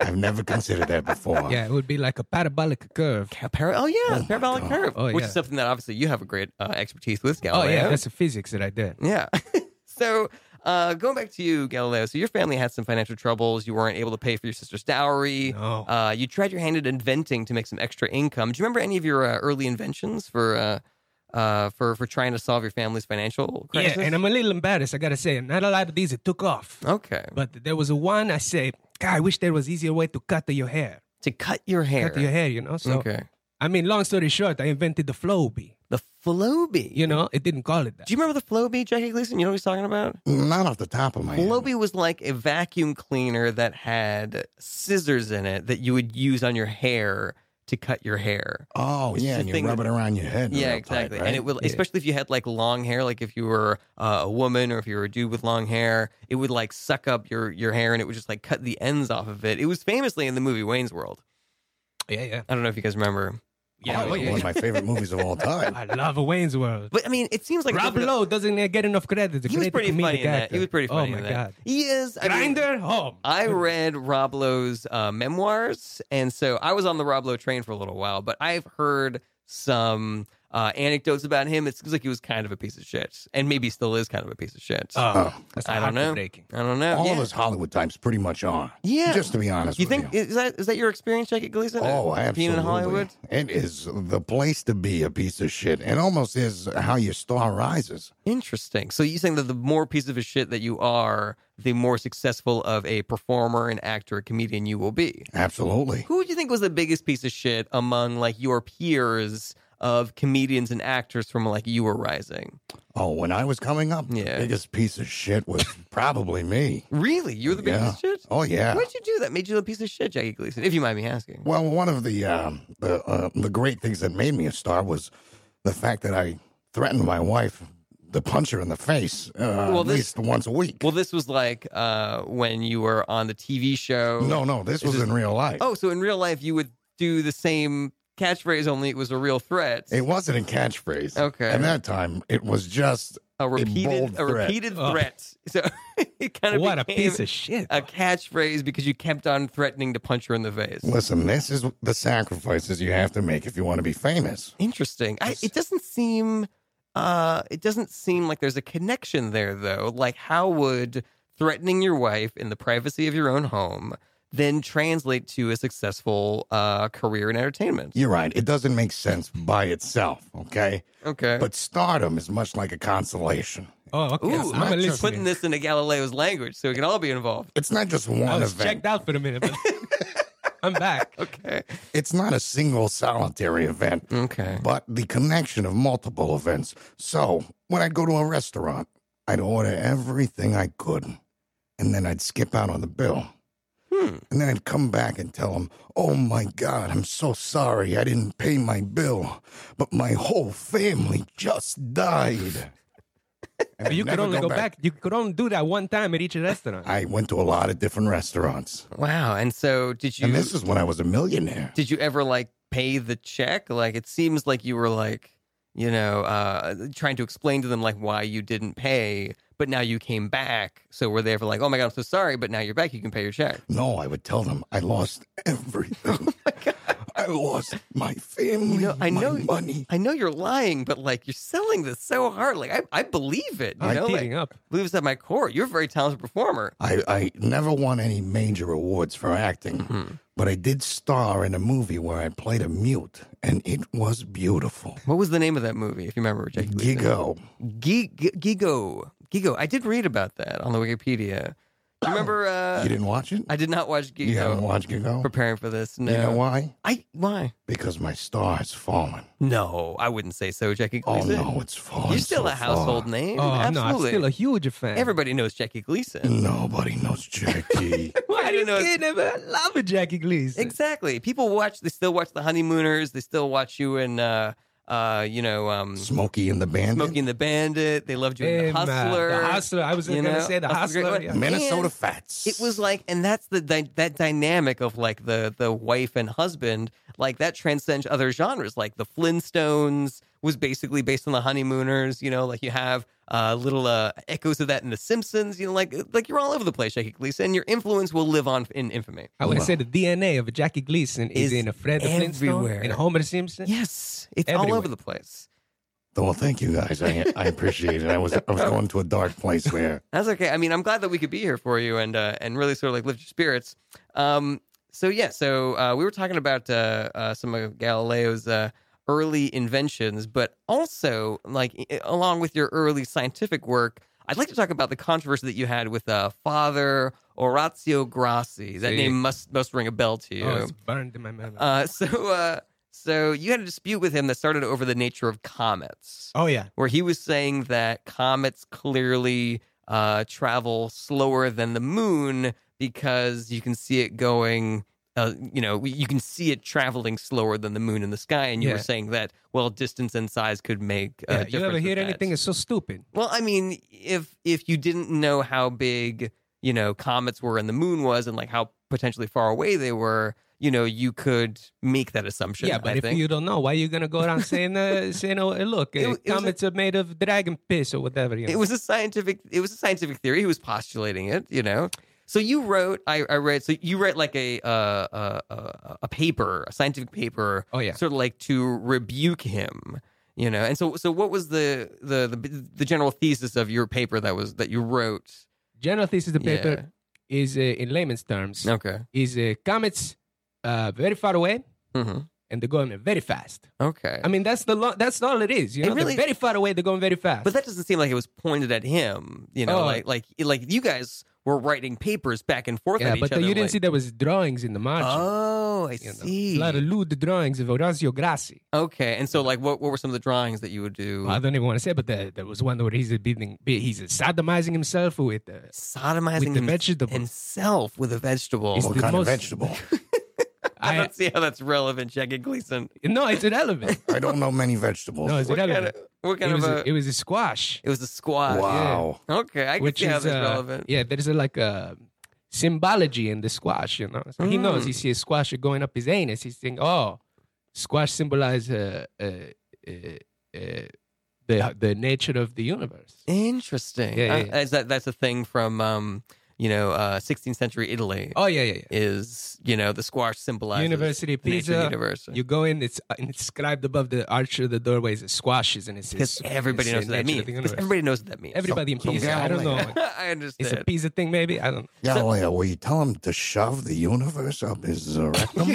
Speaker 4: I've never considered that before.
Speaker 2: Yeah, it would be like a parabolic curve.
Speaker 1: Ca- para- oh yeah,
Speaker 4: my
Speaker 1: parabolic
Speaker 4: God.
Speaker 1: curve,
Speaker 2: Oh,
Speaker 1: which
Speaker 2: yeah.
Speaker 1: is something that obviously you have a great uh, expertise with,
Speaker 2: Oh
Speaker 1: Galileo.
Speaker 2: yeah, that's the physics that I did.
Speaker 1: Yeah. so uh, going back to you, Galileo. So your family had some financial troubles. You weren't able to pay for your sister's dowry.
Speaker 2: No.
Speaker 1: Uh, you tried your hand at inventing to make some extra income. Do you remember any of your uh, early inventions for uh, uh, for for trying to solve your family's financial crisis?
Speaker 2: yeah, and I'm a little embarrassed. I gotta say, not a lot of these it took off.
Speaker 1: okay.
Speaker 2: But there was one I say, God, I wish there was easier way to cut your hair.
Speaker 1: To cut your hair.
Speaker 2: Cut your hair, you know. So
Speaker 1: Okay.
Speaker 2: I mean, long story short, I invented the Flowbee.
Speaker 1: The Flowbee.
Speaker 2: You know, it didn't call it that.
Speaker 1: Do you remember the Flowbee, Jackie Gleason? You know what he's talking about?
Speaker 4: Not off the top of my head.
Speaker 1: Flowbee was like a vacuum cleaner that had scissors in it that you would use on your hair to cut your hair.
Speaker 4: Oh,
Speaker 1: It's
Speaker 4: yeah,
Speaker 1: the
Speaker 4: and you
Speaker 1: thing
Speaker 4: rub
Speaker 1: that-
Speaker 4: it around your head.
Speaker 1: yeah,
Speaker 4: real
Speaker 1: exactly.
Speaker 4: Tight, right?
Speaker 1: And it would,
Speaker 2: Yeah.
Speaker 1: especially if you had like long hair, like if you were uh, a woman or if you were a dude with long hair, it would like suck up your your hair and it would just like cut the ends off of it. It was famously in the movie Wayne's World.
Speaker 2: Yeah, yeah.
Speaker 1: I don't know if you guys remember,
Speaker 2: Yeah,
Speaker 4: Oh,
Speaker 2: oh, yeah,
Speaker 4: one of
Speaker 2: yeah.
Speaker 4: my favorite movies of all time.
Speaker 2: I love Wayne's World.
Speaker 1: but I mean, it seems like
Speaker 2: Rob Lowe doesn't uh, get enough credit. The
Speaker 1: He was
Speaker 2: great
Speaker 1: pretty
Speaker 2: comedic
Speaker 1: funny in that.
Speaker 2: actor.
Speaker 1: He was pretty funny
Speaker 2: Oh my
Speaker 1: in that.
Speaker 2: god.
Speaker 1: He is I mean-
Speaker 2: Grinder home.
Speaker 1: I read Rob Lowe's uh, memoirs, and so I was on the Rob Lowe train for a little while, but I've heard some uh, anecdotes about him. It seems like he was kind of a piece of shit, and maybe still is kind of a piece of shit.
Speaker 2: Oh, that's
Speaker 1: I don't know.
Speaker 2: heartbreaking.
Speaker 1: I don't know.
Speaker 4: All
Speaker 1: yeah.
Speaker 4: of us Hollywood types pretty much are.
Speaker 1: Yeah.
Speaker 4: Just to be honest
Speaker 1: You
Speaker 4: with
Speaker 1: think
Speaker 4: you.
Speaker 1: is that is that your experience, Jackie Gleason?
Speaker 4: Oh, absolutely.
Speaker 1: Being in Hollywood.
Speaker 4: It is the place to be a piece of shit. It almost is how your star rises.
Speaker 1: Interesting. So you saying that the more piece of a shit that you are, the more successful of a performer, an actor, a comedian you will be.
Speaker 4: Absolutely.
Speaker 1: Who do you think was the biggest piece of shit among like your peers of comedians and actors from like you were rising?
Speaker 4: Oh, when I was coming up,
Speaker 1: Yeah.
Speaker 4: the biggest piece of shit was probably me.
Speaker 1: Really? You were the biggest
Speaker 4: Yeah.
Speaker 1: shit?
Speaker 4: Oh, yeah.
Speaker 1: What did you do that made you a piece of shit, Jackie Gleason? If you mind me asking.
Speaker 4: Well, one of the um, the uh, the great things that made me a star was the fact that I threatened my wife to punch her in the face uh,
Speaker 1: Well,
Speaker 4: at
Speaker 1: this-
Speaker 4: least once a week.
Speaker 1: Well, this was like uh, when you were on the TV show.
Speaker 4: no, no, this was
Speaker 1: this-
Speaker 4: in real life.
Speaker 1: Oh, so in real life, you would do the same catchphrase, only it was a real threat.
Speaker 4: It wasn't a catchphrase.
Speaker 1: Okay.
Speaker 4: At that time, it was just
Speaker 1: a repeated,
Speaker 4: bold
Speaker 1: a
Speaker 4: threat.
Speaker 1: repeated
Speaker 2: Ugh.
Speaker 1: threat. So it kind of
Speaker 2: What a
Speaker 1: became
Speaker 2: piece of shit.
Speaker 1: a catchphrase because you kept on threatening to punch her in the face.
Speaker 4: listen. This is the sacrifices you have to make if you want to be famous.
Speaker 1: Interesting. I, it doesn't seem. Uh, it doesn't seem like there's a connection there, though. Like, how would threatening your wife in the privacy of your own home then translate to a successful uh, career in entertainment?
Speaker 4: You're right. It doesn't make sense by itself. Okay.
Speaker 1: Okay.
Speaker 4: But stardom is much like a constellation.
Speaker 2: Oh, okay.
Speaker 1: Ooh,
Speaker 2: I'm a
Speaker 1: I'm
Speaker 2: listener.
Speaker 1: just putting this into Galileo's language so we can all be involved.
Speaker 4: It's not just
Speaker 2: I
Speaker 4: one
Speaker 2: was
Speaker 4: event.
Speaker 2: checked out for a minute. But I'm back.
Speaker 1: Okay.
Speaker 4: It's not a single solitary event.
Speaker 1: Okay.
Speaker 4: but the connection of multiple events. So when I'd go to a restaurant, I'd order everything I could, and then I'd skip out on the bill.
Speaker 1: Hmm.
Speaker 4: And then I'd come back and tell them, Oh my God, I'm so sorry I didn't pay my bill, but my whole family just died. And
Speaker 2: But
Speaker 4: I'd
Speaker 2: you could
Speaker 4: never
Speaker 2: only go back. You could only do that one time at each restaurant.
Speaker 4: I went to a lot of different restaurants.
Speaker 1: Wow. And so, did you?
Speaker 4: And this is when I was a millionaire.
Speaker 1: did you ever like pay the check like it seems like you were like you know uh trying to explain to them like why you didn't pay but now you came back so were they ever like oh my god i'm so sorry but now you're back you can pay your check
Speaker 4: No, I would tell them I lost everything. I lost my family,
Speaker 1: Oh You know, I
Speaker 4: my
Speaker 1: know-
Speaker 4: money.
Speaker 1: i know you're lying but like you're selling this so hard like i, I believe it you
Speaker 2: I'm
Speaker 1: know
Speaker 2: teeing
Speaker 1: like,
Speaker 2: up.
Speaker 1: believe it's at my core you're a very talented performer
Speaker 4: I, I never won any major awards for acting,
Speaker 1: Hmm.
Speaker 4: but I did star in a movie where I played a mute, and it was beautiful.
Speaker 1: what was the name of that movie if you remember Jackie Gleason?
Speaker 4: Gigo.
Speaker 1: Gi- Gi- gigo gigo i did read about that on the wikipedia you remember uh
Speaker 4: you didn't watch it?
Speaker 1: i did not watch gigo
Speaker 4: you haven't watched Gigo?
Speaker 1: preparing for this no
Speaker 4: You know why?
Speaker 1: I why?
Speaker 4: Because my star has fallen.
Speaker 1: No, I wouldn't say so, Jackie
Speaker 4: Oh,
Speaker 1: Gleason.
Speaker 4: no, it's fallen.
Speaker 1: You're still
Speaker 4: so
Speaker 1: a household
Speaker 4: far.
Speaker 1: name.
Speaker 2: Oh no, I'm
Speaker 1: Absolutely.
Speaker 2: still a huge fan.
Speaker 1: Everybody knows Jackie Gleason.
Speaker 4: Nobody knows Jackie.
Speaker 1: Why do you know?
Speaker 2: kid ever love a Jackie Gleason.
Speaker 1: Exactly. People watch. They still watch The Honeymooners. They still watch you in, uh, uh, you know, um,
Speaker 4: Smokey and the Bandit.
Speaker 1: Smokey and the Bandit. They loved you in The
Speaker 2: Him, uh,
Speaker 1: Hustler.
Speaker 2: the hustler. I was
Speaker 1: You
Speaker 2: gonna
Speaker 1: know,
Speaker 2: say the
Speaker 1: Hustler's a great
Speaker 2: hustler.
Speaker 1: one.
Speaker 2: yeah.
Speaker 4: Minnesota
Speaker 1: And
Speaker 4: Fats.
Speaker 1: It was like, and that's the di- that dynamic of like the the wife and husband, like that transcends other genres. Like the Flintstones was basically based on the Honeymooners. You know, like you have uh, little uh, echoes of that in the Simpsons. You know, like like you're all over the place, Jackie Gleason, and your influence will live on in infamy.
Speaker 2: I would say the DNA of Jackie Gleason is,
Speaker 1: Is
Speaker 2: in a Fred the Flintstone,
Speaker 1: everywhere.
Speaker 2: in Homer Simpson.
Speaker 1: Yes, it's all
Speaker 2: Everywhere.
Speaker 1: over the place.
Speaker 4: Well, thank you guys. I, I appreciate it. I was I was going to a dark place there.
Speaker 1: That's okay. I mean, I'm glad that we could be here for you and uh, and really sort of like lift your spirits. Um, so yeah, so uh, we were talking about uh, uh, some of Galileo's uh, early inventions, but also like i- along with your early scientific work, I'd like to talk about the controversy that you had with uh, Father Orazio Grassi. That
Speaker 2: See.
Speaker 1: name must must ring a bell to you.
Speaker 2: Oh, it's burned in my mouth.
Speaker 1: uh, so uh, so you had a dispute with him that started over the nature of comets
Speaker 2: oh yeah.
Speaker 1: where he was saying that comets clearly uh, travel slower than the moon because you can see it going. Uh, you know, we- you can see it traveling slower than the moon in the sky, and you were
Speaker 2: Yeah.
Speaker 1: saying that well, distance and size could make. Uh,
Speaker 2: yeah. You ever
Speaker 1: difference
Speaker 2: hear
Speaker 1: with that.
Speaker 2: anything? It's so stupid.
Speaker 1: Well, I mean, if if you didn't know how big you know comets were and the moon was, and like how potentially far away they were, you know, you could make that assumption.
Speaker 2: yeah, but
Speaker 1: I
Speaker 2: if
Speaker 1: think.
Speaker 2: you don't know, why are you gonna go around saying, uh, saying, oh, eh, look,
Speaker 1: It
Speaker 2: uh,
Speaker 1: w- it was a-
Speaker 2: comets are made of dragon piss or whatever. You know?
Speaker 1: It was a scientific. It was a scientific theory. He was postulating it. You know. So you wrote. I, I read. So you wrote like a uh, a, a a paper, a scientific paper.
Speaker 2: Oh, yeah.
Speaker 1: Sort of like to rebuke him. You know. And so so what was the the the, the general thesis of your paper that was that you wrote?
Speaker 2: General thesis of the paper is uh, in layman's terms
Speaker 1: Okay.
Speaker 2: is uh, comets uh, very far away
Speaker 1: hmm
Speaker 2: and they're going very fast.
Speaker 1: Okay.
Speaker 2: I mean, that's the lo- that's all it is. You
Speaker 1: It
Speaker 2: know,
Speaker 1: really-
Speaker 2: they're very far away. They're going very fast.
Speaker 1: But that doesn't seem like it was pointed at him. You know,
Speaker 2: Oh.
Speaker 1: like like like you guys were writing papers back and forth.
Speaker 2: yeah,
Speaker 1: at each
Speaker 2: but
Speaker 1: other,
Speaker 2: you didn't
Speaker 1: like-
Speaker 2: see there was drawings in the margin.
Speaker 1: Oh, I
Speaker 2: you know,
Speaker 1: see.
Speaker 2: A lot of lewd drawings of Orazio Grassi.
Speaker 1: Okay, and so like, what, what were some of the drawings that you would do?
Speaker 2: I don't even want to say, but there, there was one where he's beating, he's sodomizing himself with. Uh,
Speaker 1: Sodomizing
Speaker 2: With the
Speaker 1: him-
Speaker 2: vegetable.
Speaker 1: himself with a vegetable.
Speaker 2: Is
Speaker 4: What
Speaker 2: the
Speaker 4: kind
Speaker 2: most-
Speaker 4: of vegetable?
Speaker 1: I
Speaker 2: I,
Speaker 1: don't see how that's relevant, Jackie Gleason.
Speaker 2: no, it's irrelevant.
Speaker 4: I don't know many vegetables.
Speaker 2: No, it's
Speaker 1: What kind
Speaker 2: irrelevant.
Speaker 1: of, what kind
Speaker 2: it,
Speaker 1: of
Speaker 2: was
Speaker 1: a,
Speaker 2: a, it was a squash,
Speaker 1: it was a squad.
Speaker 4: wow.
Speaker 1: Okay, I can
Speaker 2: which
Speaker 1: see how
Speaker 2: is
Speaker 1: that's
Speaker 2: uh,
Speaker 1: relevant.
Speaker 2: yeah. There's a, like a symbology in the squash, you know. So He knows he
Speaker 1: Hmm.
Speaker 2: sees squash going up his anus. He's thinking, oh, squash symbolizes uh, uh, uh, uh, the the nature of the universe.
Speaker 1: Interesting.
Speaker 2: Yeah, yeah,
Speaker 1: Uh,
Speaker 2: yeah.
Speaker 1: is that that's a thing from um, you know, uh, 16th century Italy
Speaker 2: Oh yeah, yeah,
Speaker 1: is you know the squash
Speaker 2: yeah.
Speaker 1: symbolizes
Speaker 2: University of
Speaker 1: the nature of the
Speaker 2: Pisa.
Speaker 1: universe.
Speaker 2: You go in, it's uh, inscribed above the arch of the doorways as squashes, and it
Speaker 1: because
Speaker 2: says
Speaker 1: everybody
Speaker 2: it's
Speaker 1: knows
Speaker 2: the
Speaker 1: what that
Speaker 2: nature
Speaker 1: means.
Speaker 2: of the
Speaker 1: 'Cause
Speaker 2: universe.
Speaker 1: Everybody knows what that means. Oh,
Speaker 2: Everybody in
Speaker 4: So- so
Speaker 2: Pisa. I don't know.
Speaker 4: Galileo-
Speaker 1: I
Speaker 2: It's a
Speaker 1: understand.
Speaker 2: Pisa thing, maybe. I don't. know.
Speaker 4: Galileo, will you tell him to shove the universe up his uh, rectum?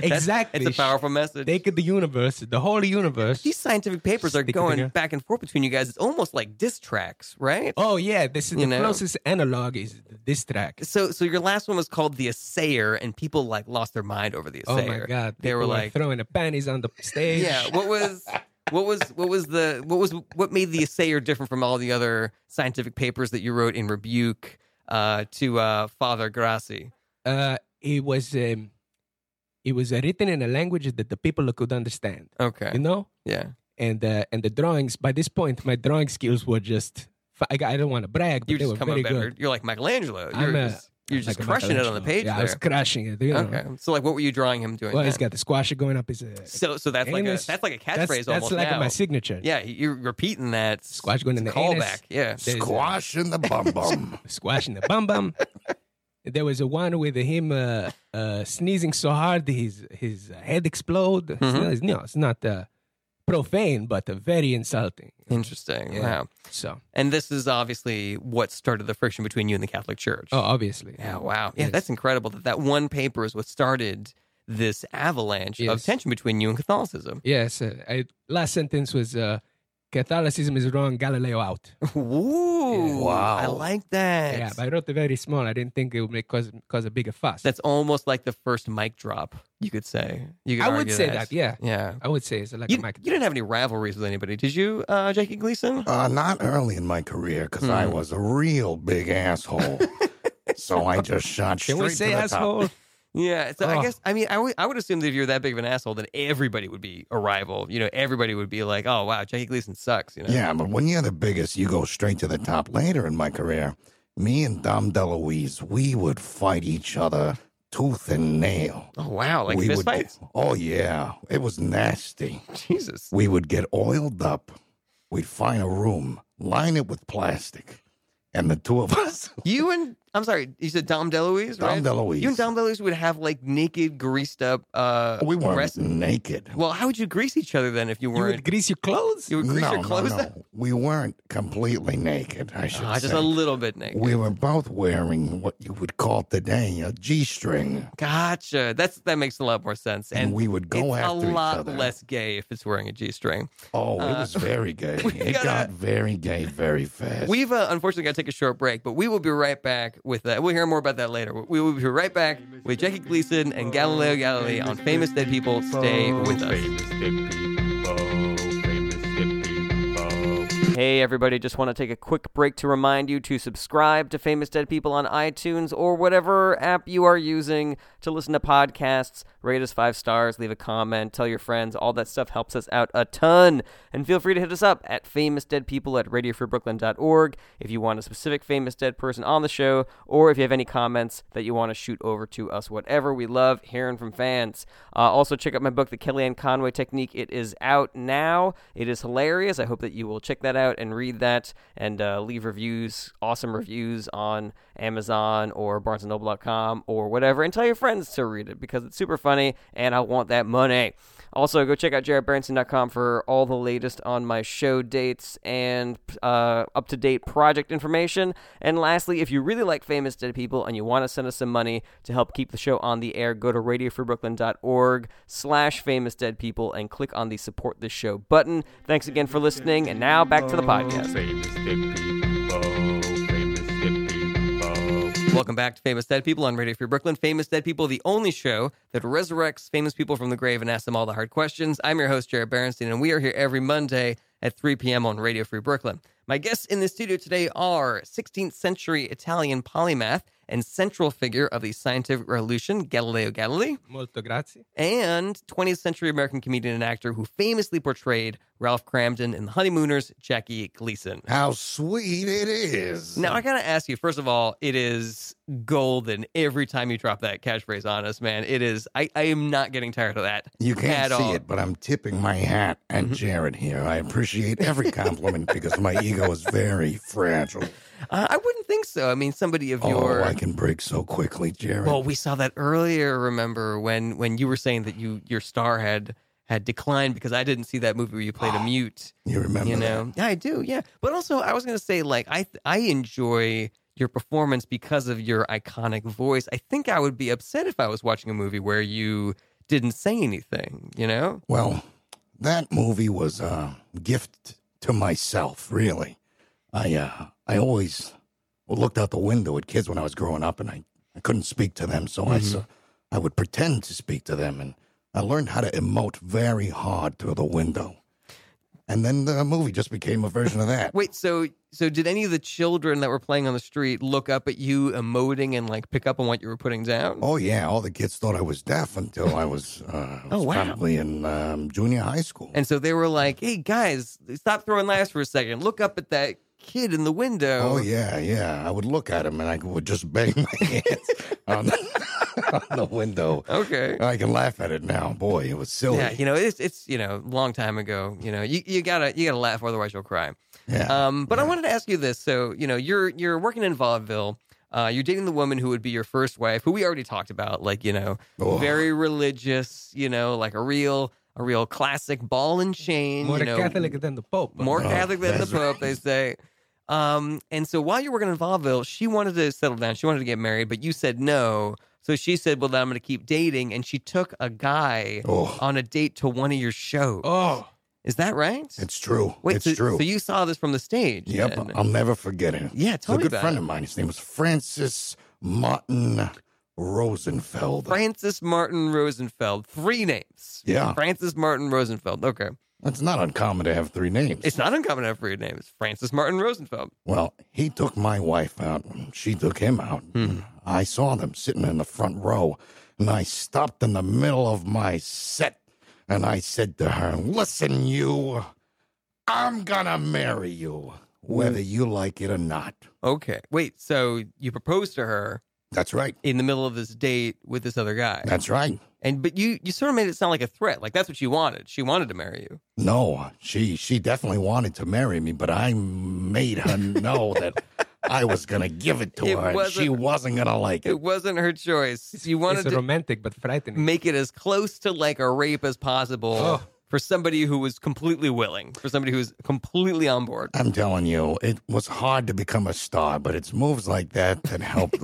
Speaker 1: That's-
Speaker 2: Exactly.
Speaker 1: It's a powerful message.
Speaker 2: They could the universe, the whole universe.
Speaker 1: these scientific papers are
Speaker 2: Stick it
Speaker 1: going
Speaker 2: together.
Speaker 1: back and forth between you guys. It's almost like diss tracks, right?
Speaker 2: Oh yeah, this is
Speaker 1: You
Speaker 2: the
Speaker 1: know.
Speaker 2: closest analog is this track.
Speaker 1: So, so your last one was called the Assayer, and people like lost their mind over the
Speaker 2: Oh
Speaker 1: Assayer.
Speaker 2: my god,
Speaker 1: they
Speaker 2: people
Speaker 1: were
Speaker 2: are
Speaker 1: like,
Speaker 2: throwing the panties on the stage.
Speaker 1: yeah. What was, what was, what was the, what was, what made the Assayer different from all the other scientific papers that you wrote in rebuke uh, to uh, Father Grassi?
Speaker 2: Uh, it was um, it was uh, written in a language that the people could understand.
Speaker 1: Okay,
Speaker 2: You know,
Speaker 1: yeah.
Speaker 2: and uh, and the drawings. By this point, my drawing skills were just. fi- I, I don't want to brag, but
Speaker 1: You
Speaker 2: they were
Speaker 1: just come up
Speaker 2: very
Speaker 1: better.
Speaker 2: good.
Speaker 1: You're like Michelangelo.
Speaker 2: I'm
Speaker 1: You're
Speaker 2: a-
Speaker 1: just, you're just
Speaker 2: Like a
Speaker 1: crushing it on the
Speaker 2: Michelangelo.
Speaker 1: page
Speaker 2: Yeah, I was
Speaker 1: there.
Speaker 2: crushing it. You know?
Speaker 1: Okay. So, like, what were you drawing him doing?
Speaker 2: Well, he's
Speaker 1: then?
Speaker 2: got the squasher going up his. Uh,
Speaker 1: so, so that's like a,
Speaker 2: Anus.
Speaker 1: that's like a catchphrase
Speaker 2: that's
Speaker 1: almost.
Speaker 2: that's like
Speaker 1: now.
Speaker 2: my signature.
Speaker 1: Yeah, you're repeating that
Speaker 2: Squash going in
Speaker 1: it's a
Speaker 2: the anus.
Speaker 1: callback. Yeah.
Speaker 2: There's a-
Speaker 4: Squash in the bum bum.
Speaker 2: squashing the bum bum. There was a one with him uh, uh, sneezing so hard his his head explode.
Speaker 1: Mm-hmm.
Speaker 2: It's, no, it's not uh, profane, but uh, very insulting.
Speaker 1: Interesting.
Speaker 2: Yeah.
Speaker 1: Wow.
Speaker 2: So,
Speaker 1: And this is obviously what started the friction between you and the Catholic Church.
Speaker 2: oh, obviously,
Speaker 1: yeah. Wow. Yeah,
Speaker 2: Yes.
Speaker 1: that's incredible that that one paper is what started this avalanche of
Speaker 2: Yes.
Speaker 1: tension between you and Catholicism.
Speaker 2: yes. Uh, I, last sentence was uh, Catholicism is wrong. Galileo out.
Speaker 1: Ooh.
Speaker 4: Wow.
Speaker 1: I like that.
Speaker 2: yeah, but I wrote it very small. I didn't think it would make cause cause a bigger fuss.
Speaker 1: that's almost like the first mic drop, you could say. You could
Speaker 2: I would
Speaker 1: argue
Speaker 2: say that. Yeah,
Speaker 1: Yeah.
Speaker 2: I would say it's like
Speaker 1: You,
Speaker 2: a mic.
Speaker 1: you didn't have any rivalries with anybody, did you, uh, Jackie Gleason?
Speaker 4: Uh, not early in my career because I
Speaker 1: Hmm.
Speaker 4: was a real big asshole. so I just shot straight
Speaker 2: Can we
Speaker 4: to
Speaker 2: say
Speaker 4: the top.
Speaker 2: asshole?
Speaker 1: Yeah, so I
Speaker 2: Oh.
Speaker 1: guess I mean I would- I would assume that if you're that big of an asshole, then everybody would be a rival. You know, everybody would be like, "Oh wow, Jackie Gleason sucks." You know,
Speaker 4: Yeah, but when you're the biggest, you go straight to the top. Later in my career, me and Dom DeLuise, we would fight each other tooth and nail.
Speaker 1: Oh wow, like
Speaker 4: we
Speaker 1: fist
Speaker 4: would,
Speaker 1: fights.
Speaker 4: Oh yeah, it was nasty.
Speaker 1: Jesus.
Speaker 4: We would get oiled up. We'd find a room, line it with plastic, and the two of us.
Speaker 1: You and I'm sorry, you said Dom DeLuise,
Speaker 4: Dom
Speaker 1: right?
Speaker 4: DeLuise.
Speaker 1: You and Dom DeLuise would have like naked, greased up. uh
Speaker 4: we Mm. weren't
Speaker 1: breasts.
Speaker 4: naked.
Speaker 1: Well, how would you grease each other then if you
Speaker 2: You would
Speaker 1: weren't?
Speaker 2: grease your clothes?
Speaker 1: You would, grease
Speaker 4: no,
Speaker 1: your clothes
Speaker 4: no,
Speaker 1: up?
Speaker 4: no. We weren't completely naked, I should
Speaker 1: Ah,
Speaker 4: say.
Speaker 1: just a little bit naked.
Speaker 4: we were both wearing what you would call today a G string.
Speaker 1: Gotcha. That's that makes a lot more sense.
Speaker 4: And,
Speaker 1: And
Speaker 4: we would go
Speaker 1: it's a
Speaker 4: after
Speaker 1: lot
Speaker 4: each other.
Speaker 1: less gay if it's wearing a g-string.
Speaker 4: Oh, it
Speaker 1: Uh,
Speaker 4: was very gay.
Speaker 1: we
Speaker 4: It
Speaker 1: gotta-
Speaker 4: got very gay very fast.
Speaker 1: We've uh, unfortunately got to take a short break, but we will be right back with that. We'll hear more about that later. We will be right back with Jackie Gleason and Galileo Galilei on Famous Dead People. Stay with us.
Speaker 3: Famous dead people. Famous dead people.
Speaker 5: Hey, everybody, just want to take a quick break to remind you to subscribe to Famous Dead People on iTunes or whatever app you are using to listen to podcasts. Rate us five stars, leave a comment, tell your friends. All that stuff helps us out a ton. And feel free to hit us up at famousdeadpeople at radiofreebrooklyn.org if you want a specific famous dead person on the show or if you have any comments that you want to shoot over to us, whatever. We love hearing from fans. Uh, also, check out my book, The Kellyanne Conway Technique. It is out now. It is hilarious. I hope that you will check that out and read that and uh, leave reviews, awesome reviews on Amazon or BarnesandNoble.com or whatever, and tell your friends to read it because it's super funny and I want that money. Also, go check out jarrettbranson.com for all the latest on my show dates and uh, up to date project information. And lastly, if you really like famous dead people and you want to send us some money to help keep the show on the air, go to radiofreebrooklyn.org slash famous dead people and click on the support this show button. Thanks again for listening. And now back to the podcast.
Speaker 3: Famous dead people. Famous dead people.
Speaker 1: Welcome back to Famous Dead People on Radio Free Brooklyn. Famous Dead People, the only show that resurrects famous people from the grave and asks them all the hard questions. I'm your host, Jared Berenstein, and we are here every Monday at 3 p.m. on Radio Free Brooklyn. My guests in the studio today are 16th century Italian polymath and central figure of the scientific revolution, Galileo Galilei,
Speaker 2: Molto grazie.
Speaker 1: and 20th century American comedian and actor who famously portrayed Ralph Cramden in The Honeymooners, Jackie Gleason.
Speaker 4: How sweet it is.
Speaker 1: Now I gotta ask you. First of all, it is golden every time you drop that catchphrase on us, man. It is. I, I am not getting tired of that.
Speaker 4: you
Speaker 1: at
Speaker 4: can't see
Speaker 1: all. Mm-hmm.
Speaker 4: it, but I'm tipping my hat at Jared here. I appreciate every compliment because my ego is very fragile.
Speaker 1: Uh, I wouldn't think so. I mean, somebody of your.
Speaker 4: Oh, I can break so quickly, Jared.
Speaker 1: well, we saw that earlier. Remember when when you were saying that you your star had had declined because I didn't see that movie where you played a mute.
Speaker 4: you remember
Speaker 1: You
Speaker 4: that?
Speaker 1: know, yeah, I do. Yeah, but also I was gonna say like I I enjoy your performance because of your iconic voice. I think I would be upset if I was watching a movie where you didn't say anything. You know.
Speaker 4: Well, that movie was a gift to myself, really. I uh, I always looked out the window at kids when I was growing up, and I, I couldn't speak to them, so I
Speaker 1: Mm-hmm.
Speaker 4: s- I would pretend to speak to them, and I learned how to emote very hard through the window. And then the movie just became a version of that.
Speaker 1: Wait, so so did any of the children that were playing on the street look up at you emoting and like pick up on what you were putting down?
Speaker 4: Oh yeah, all the kids thought I was deaf until I was, uh,
Speaker 1: Oh,
Speaker 4: was
Speaker 1: wow.
Speaker 4: probably in um, junior high school.
Speaker 1: And so they were like, "Hey guys, stop throwing laughs for a second. Look up at that kid in the window."
Speaker 4: Oh yeah, yeah. I would look at him and I would just bang my hands on, the, on the window.
Speaker 1: Okay.
Speaker 4: I can laugh at it now. Boy, it was silly.
Speaker 1: Yeah, you know, it's it's you know, long time ago. You know, you, you gotta you gotta laugh, otherwise you'll cry.
Speaker 4: Yeah.
Speaker 1: Um, but I wanted to ask you this. So, you know, you're you're working in vaudeville. Uh, you're dating the woman who would be your first wife, who we already talked about. Like, you know,
Speaker 4: Oh.
Speaker 1: very religious. You know, like a real a real classic ball and chain.
Speaker 2: More
Speaker 1: you know,
Speaker 2: Catholic than the Pope.
Speaker 1: more
Speaker 4: Oh,
Speaker 1: Catholic than the
Speaker 4: that's
Speaker 1: Pope, they say. Um, and so while you're working in vaudeville, she wanted to settle down. She wanted to get married, but you said no. So she said, "Well, then I'm going to keep dating," and she took a guy
Speaker 4: Oh.
Speaker 1: on a date to one of your shows.
Speaker 2: Oh,
Speaker 1: Is that right?
Speaker 4: it's true.
Speaker 1: Wait,
Speaker 4: it's
Speaker 1: so,
Speaker 4: true.
Speaker 1: So you saw this from the stage?
Speaker 4: yep.
Speaker 1: then?
Speaker 4: I'll never forget it.
Speaker 1: Yeah,
Speaker 4: It's
Speaker 1: tell
Speaker 4: a
Speaker 1: me
Speaker 4: good
Speaker 1: about
Speaker 4: friend
Speaker 1: it.
Speaker 4: of mine. His name was Francis Martin Rosenfeld.
Speaker 1: Francis Martin Rosenfeld. Three names.
Speaker 4: Yeah.
Speaker 1: Francis Martin Rosenfeld. Okay.
Speaker 4: It's not uncommon to have three names.
Speaker 1: It's not uncommon to have three names. Francis Martin Rosenfeld.
Speaker 4: Well, he took my wife out. and She took him out. I saw them sitting in the front row, and I stopped in the middle of my set, and I said to her, Listen, you, I'm gonna marry you, whether you like it or not.
Speaker 1: Okay. Wait, so you proposed to her
Speaker 4: That's right.
Speaker 1: in the middle of this date with this other guy.
Speaker 4: That's right.
Speaker 1: And but you you sort of made it sound like a threat. Like that's what she wanted. She wanted to marry you.
Speaker 4: No, she she definitely wanted to marry me, but I made her know that I was going to give it to
Speaker 1: It
Speaker 4: her. and she
Speaker 1: wasn't-
Speaker 4: wasn't going to like it.
Speaker 1: It wasn't her choice. You wanted
Speaker 2: it's
Speaker 1: to
Speaker 2: romantic but frightening.
Speaker 1: make it as close to like a rape as possible
Speaker 2: Oh.
Speaker 1: for somebody who was completely willing, for somebody who's completely on board.
Speaker 4: I'm telling you, it was hard to become a star, but it's moves like that that helped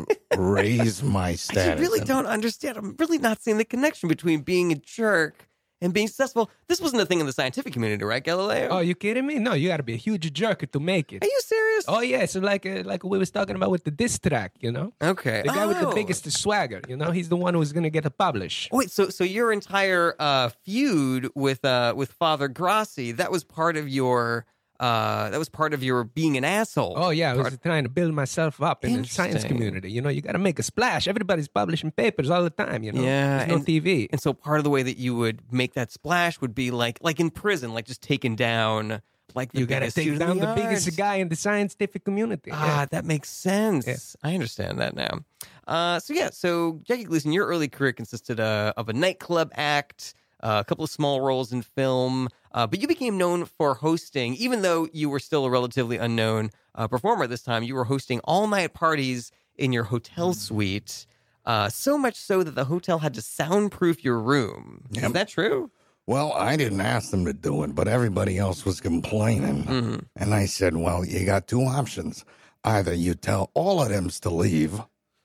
Speaker 4: raise my
Speaker 1: I
Speaker 4: status.
Speaker 1: just really
Speaker 4: And
Speaker 1: don't understand. I'm really not seeing the connection between being a jerk and being successful. This wasn't a thing in the scientific community, right, Galileo?
Speaker 2: Oh, you kidding me? No, you got to be a huge jerk to make it.
Speaker 1: Are you serious?
Speaker 2: Oh yeah, so like uh, like we was talking about with the diss track, you know,
Speaker 1: okay.
Speaker 2: the guy with the
Speaker 1: Oh.
Speaker 2: biggest swagger, you know, he's the one who's gonna get a publish.
Speaker 1: Wait, so so your entire uh, feud with uh, with Father Grassi that was part of your uh, that was part of your being an asshole.
Speaker 2: Oh yeah, I was trying to build myself up in the science
Speaker 1: Interesting.
Speaker 2: community. You know, you got to make a splash. Everybody's publishing papers all the time. You know,
Speaker 1: Yeah,
Speaker 2: there's no
Speaker 1: and-
Speaker 2: TV.
Speaker 1: And so part of the way that you would make that splash would be like like in prison, like just taking down like the
Speaker 2: You got to
Speaker 1: biggest dude
Speaker 2: take
Speaker 1: in
Speaker 2: down the biggest
Speaker 1: yard.
Speaker 2: guy in the scientific community.
Speaker 1: Ah, that makes sense. I understand that now. Uh, so yeah, so Jackie Gleason, your early career consisted uh, of a nightclub act, uh, a couple of small roles in film, uh, but you became known for hosting, even though you were still a relatively unknown uh, performer at this time. You were hosting all night parties in your hotel suite. Uh, so much so that the hotel had to soundproof your room. Is
Speaker 4: Yep.
Speaker 1: that true?
Speaker 4: Well, I didn't ask them to do it, but everybody else was complaining.
Speaker 1: Mm-hmm.
Speaker 4: And I said, Well, you got two options. Either you tell all of them to leave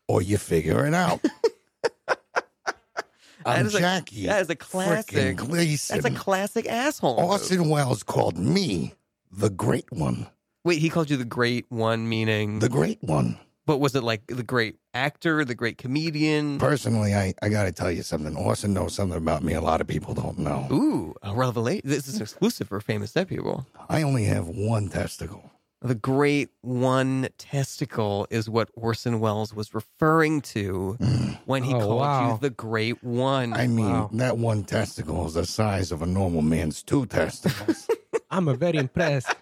Speaker 4: or you figure it out. I'm
Speaker 1: is a-
Speaker 4: Jackie.
Speaker 1: that is a classic-
Speaker 4: frickin' Gleason.
Speaker 1: That's a classic asshole. move.
Speaker 4: Orson Welles called me the great one.
Speaker 1: Wait, he called you the great one, meaning
Speaker 4: The great one.
Speaker 1: But was it like the great actor, the great comedian?
Speaker 4: Personally, I, I got to tell you something. Orson knows something about me a lot of people don't know.
Speaker 1: Ooh, a revelation. This is exclusive for famous dead people.
Speaker 4: I only have one testicle.
Speaker 1: The great one testicle is what Orson Welles was referring to when he
Speaker 2: Oh,
Speaker 1: called
Speaker 2: wow.
Speaker 1: you the great one.
Speaker 4: I mean,
Speaker 2: Wow.
Speaker 4: that one testicle is the size of a normal man's two testicles.
Speaker 2: I'm a very impressed.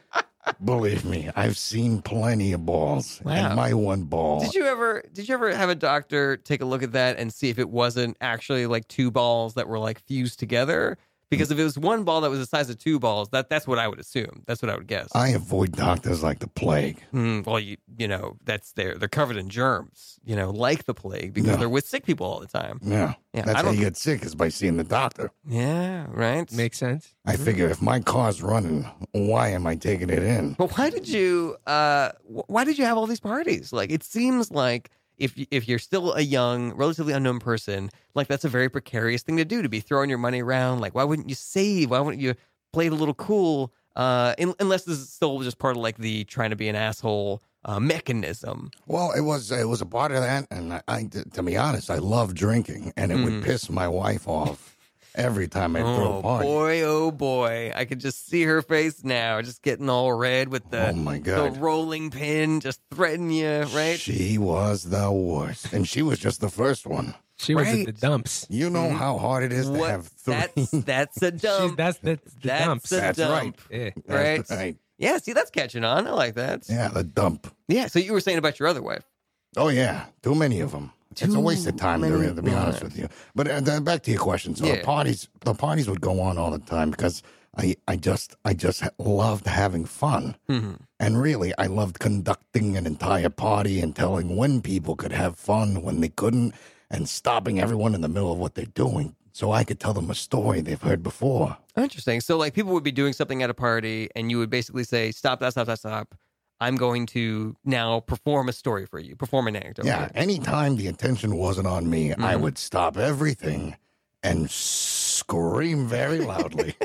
Speaker 4: Believe me, I've seen plenty of balls,
Speaker 1: Wow.
Speaker 4: and my one ball.
Speaker 1: did you ever did you ever have a doctor take a look at that and see if it wasn't actually like two balls that were like fused together?
Speaker 2: Mm.
Speaker 1: Because if it was one ball that was the size of two balls, that that's what I would assume. That's what I would guess.
Speaker 4: I avoid doctors like the plague.
Speaker 1: Mm, well, you you know that's they're they're covered in germs, you know, like the plague because
Speaker 4: Yeah.
Speaker 1: they're with sick people all the time.
Speaker 4: Yeah,
Speaker 1: Yeah, I
Speaker 4: that's how
Speaker 1: don't-
Speaker 4: you get sick is by seeing the doctor.
Speaker 1: Yeah, right.
Speaker 2: Makes sense. Mm-hmm.
Speaker 4: I
Speaker 1: Mm.
Speaker 4: figure if my car's running, why am I taking it in?
Speaker 1: but why did you uh wh- why did you have all these parties? Like it seems like if you, if you're still a young, relatively unknown person, like that's a very precarious thing to do to be throwing your money around. Like why wouldn't you save? Why wouldn't you play it a little cool? Uh, in, unless this is still just part of like the trying to be an asshole uh, mechanism.
Speaker 4: Well, it was it was a part of that, and I, I to be honest, I love drinking, and it would piss my wife off every time I throw
Speaker 1: Mm. Oh
Speaker 4: a party.
Speaker 1: boy, oh boy. I could just see her face now, just getting all red with the
Speaker 4: Oh, my
Speaker 1: the
Speaker 4: God.
Speaker 1: rolling pin just threatening you, right?
Speaker 4: She was the worst, and she was just the first one.
Speaker 2: She was
Speaker 1: Right.
Speaker 2: at the dumps.
Speaker 4: You know how hard it is to
Speaker 1: Mm. What
Speaker 4: have three.
Speaker 1: that's that's a
Speaker 2: She's,
Speaker 1: dump.
Speaker 2: that's the, the
Speaker 1: That's
Speaker 2: dumps.
Speaker 1: a
Speaker 4: That's
Speaker 1: dump.
Speaker 2: Yeah.
Speaker 4: That's
Speaker 1: right. Yeah, see that's catching on. I like that. Yeah.
Speaker 4: Yeah, the dump.
Speaker 1: so you were saying about your other wife.
Speaker 4: Oh yeah, too many of them. it's a waste of time,
Speaker 1: many
Speaker 4: Daria, to be honest with you. But uh, then back to your question. So
Speaker 1: Yeah.
Speaker 4: the parties, the parties would go on all the time because I, I just, I just ha- loved having fun,
Speaker 1: Mm-hmm.
Speaker 4: and really, I loved conducting an entire party and telling when people could have fun, when they couldn't, and stopping everyone in the middle of what they're doing, so I could tell them a story they've heard before.
Speaker 1: Interesting. So like people would be doing something at a party and you would basically say, Stop that, stop that, stop. I'm going to now perform a story for you, perform an anecdote. for
Speaker 4: Yeah,
Speaker 1: you."
Speaker 4: anytime the attention wasn't on me, I
Speaker 1: Mm-hmm.
Speaker 4: would stop everything and scream very loudly.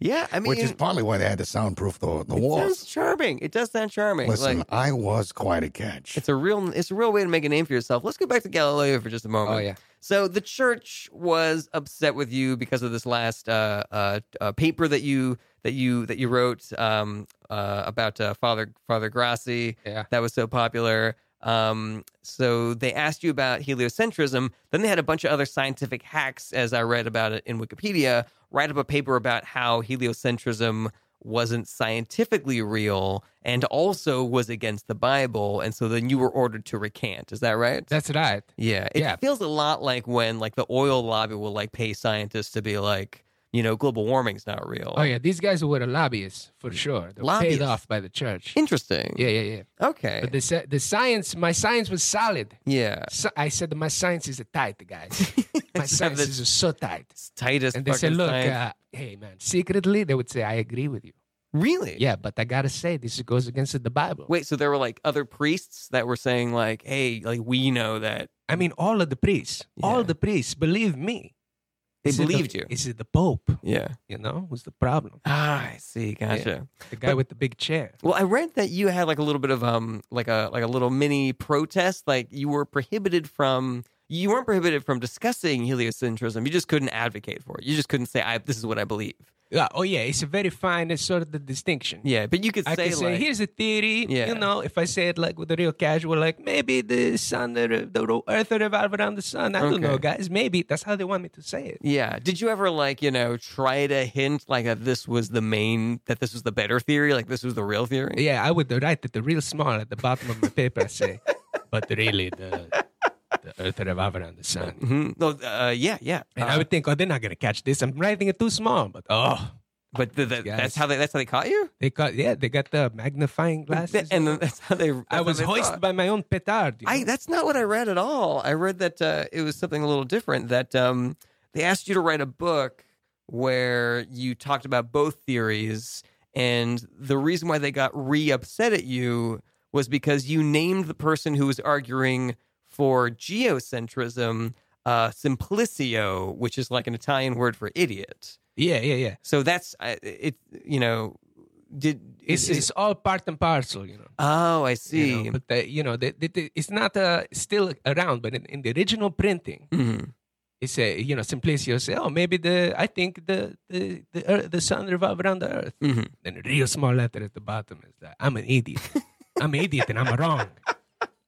Speaker 1: Yeah. I mean
Speaker 4: which is probably why they had to soundproof the the
Speaker 1: sounds
Speaker 4: walls.
Speaker 1: charming. It does sound charming.
Speaker 4: Listen,
Speaker 1: like
Speaker 4: I was quite a catch.
Speaker 1: It's a real it's a real way to make a name for yourself. Let's go back to Galileo for just a moment.
Speaker 2: Oh, yeah.
Speaker 1: So the church was upset with you because of this last uh, uh, uh, paper that you that you that you wrote um, uh, about uh, Father Father Grassi.
Speaker 2: Yeah.
Speaker 1: That was so popular. Um, so they asked you about heliocentrism. Then they had a bunch of other scientific hacks, as I read about it in Wikipedia. Write up a paper about how heliocentrism wasn't scientifically real and also was against the Bible. And so then you were ordered to recant. Is that right?
Speaker 2: That's right.
Speaker 1: yeah. It
Speaker 2: yeah.
Speaker 1: feels a lot like when like the oil lobby will like pay scientists to be like, you know, global warming's not real.
Speaker 2: Oh yeah, these guys were lobbyists for sure. They're
Speaker 1: Mm. Lobbyists.
Speaker 2: paid off by the church.
Speaker 1: Interesting.
Speaker 2: Yeah, yeah, yeah.
Speaker 1: Okay.
Speaker 2: But the sa- the science, my science was solid.
Speaker 1: yeah.
Speaker 2: So I said my science is tight, guys. My science
Speaker 1: the-
Speaker 2: is so tight.
Speaker 1: It's tightest
Speaker 2: And they said,
Speaker 1: fucking
Speaker 2: look,
Speaker 1: science.
Speaker 2: uh, hey man, secretly they would say I agree with you.
Speaker 1: really?
Speaker 2: Yeah, but I gotta say this goes against the Bible.
Speaker 1: Wait, so there were like other priests that were saying like, "Hey, like we know that
Speaker 2: I mean, all of the priests,
Speaker 1: Yeah.
Speaker 2: all the priests, believe me.
Speaker 1: they
Speaker 2: Is it the-
Speaker 1: believed you."
Speaker 2: Is it the Pope?
Speaker 1: Yeah.
Speaker 2: You know, who's the problem?
Speaker 1: Ah, I see. Gotcha.
Speaker 2: The guy with the big chair.
Speaker 1: Well, I read that you had like a little bit of um, like a like a little mini protest. Like you were prohibited from you weren't prohibited from discussing heliocentrism. You just couldn't advocate for it. You just couldn't say, "I this is what I believe."
Speaker 2: Yeah, oh yeah, it's a very fine uh, sort of the distinction.
Speaker 1: Yeah, but you could
Speaker 2: I
Speaker 1: say
Speaker 2: can say,
Speaker 1: like,
Speaker 2: here's a theory.
Speaker 1: Yeah.
Speaker 2: You know, if I say it like with a real casual, like maybe the sun, the, re- the ro- earth revolves around the sun. I don't know,
Speaker 1: Okay.
Speaker 2: guys. Maybe that's how they want me to say it.
Speaker 1: Yeah. Did you ever like, you know, try to hint like that this was the main that this was the better theory, like this was the real theory?
Speaker 2: Yeah, I would write it real small at the bottom of my paper. I say, but really, the, the earth revolves around the sun.
Speaker 1: hmm No, uh, yeah, yeah.
Speaker 2: And
Speaker 1: Uh,
Speaker 2: I would think, oh, they're not gonna catch this. I'm writing it too small. But oh,
Speaker 1: but the, the,
Speaker 2: Guys.
Speaker 1: that's how they that's how they caught you?
Speaker 2: they got yeah, they got the magnifying glasses.
Speaker 1: and then that's how they that's
Speaker 2: I
Speaker 1: how
Speaker 2: was
Speaker 1: they
Speaker 2: hoisted
Speaker 1: thought.
Speaker 2: by my own petard. you
Speaker 1: I
Speaker 2: know?
Speaker 1: that's not what I read at all. I read that uh, it was something a little different that um, they asked you to write a book where you talked about both theories and the reason why they got re upset at you was because you named the person who was arguing for geocentrism uh, simplicio, which is like an Italian word for idiot.
Speaker 2: yeah, yeah, yeah.
Speaker 1: So that's I- it. You know, did
Speaker 2: It's, it's all part and parcel, you know.
Speaker 1: oh I see.
Speaker 2: You know, but the, you know, the, the, the- it's not uh, still around. But in, in the original printing,
Speaker 1: Mhm.
Speaker 2: it say you know Simplicio say, oh, maybe the I think the the the, earth, the sun revolves around the earth.
Speaker 1: Mhm.
Speaker 2: Then a real small letter at the bottom is that I'm an idiot. I'm an idiot and I'm wrong.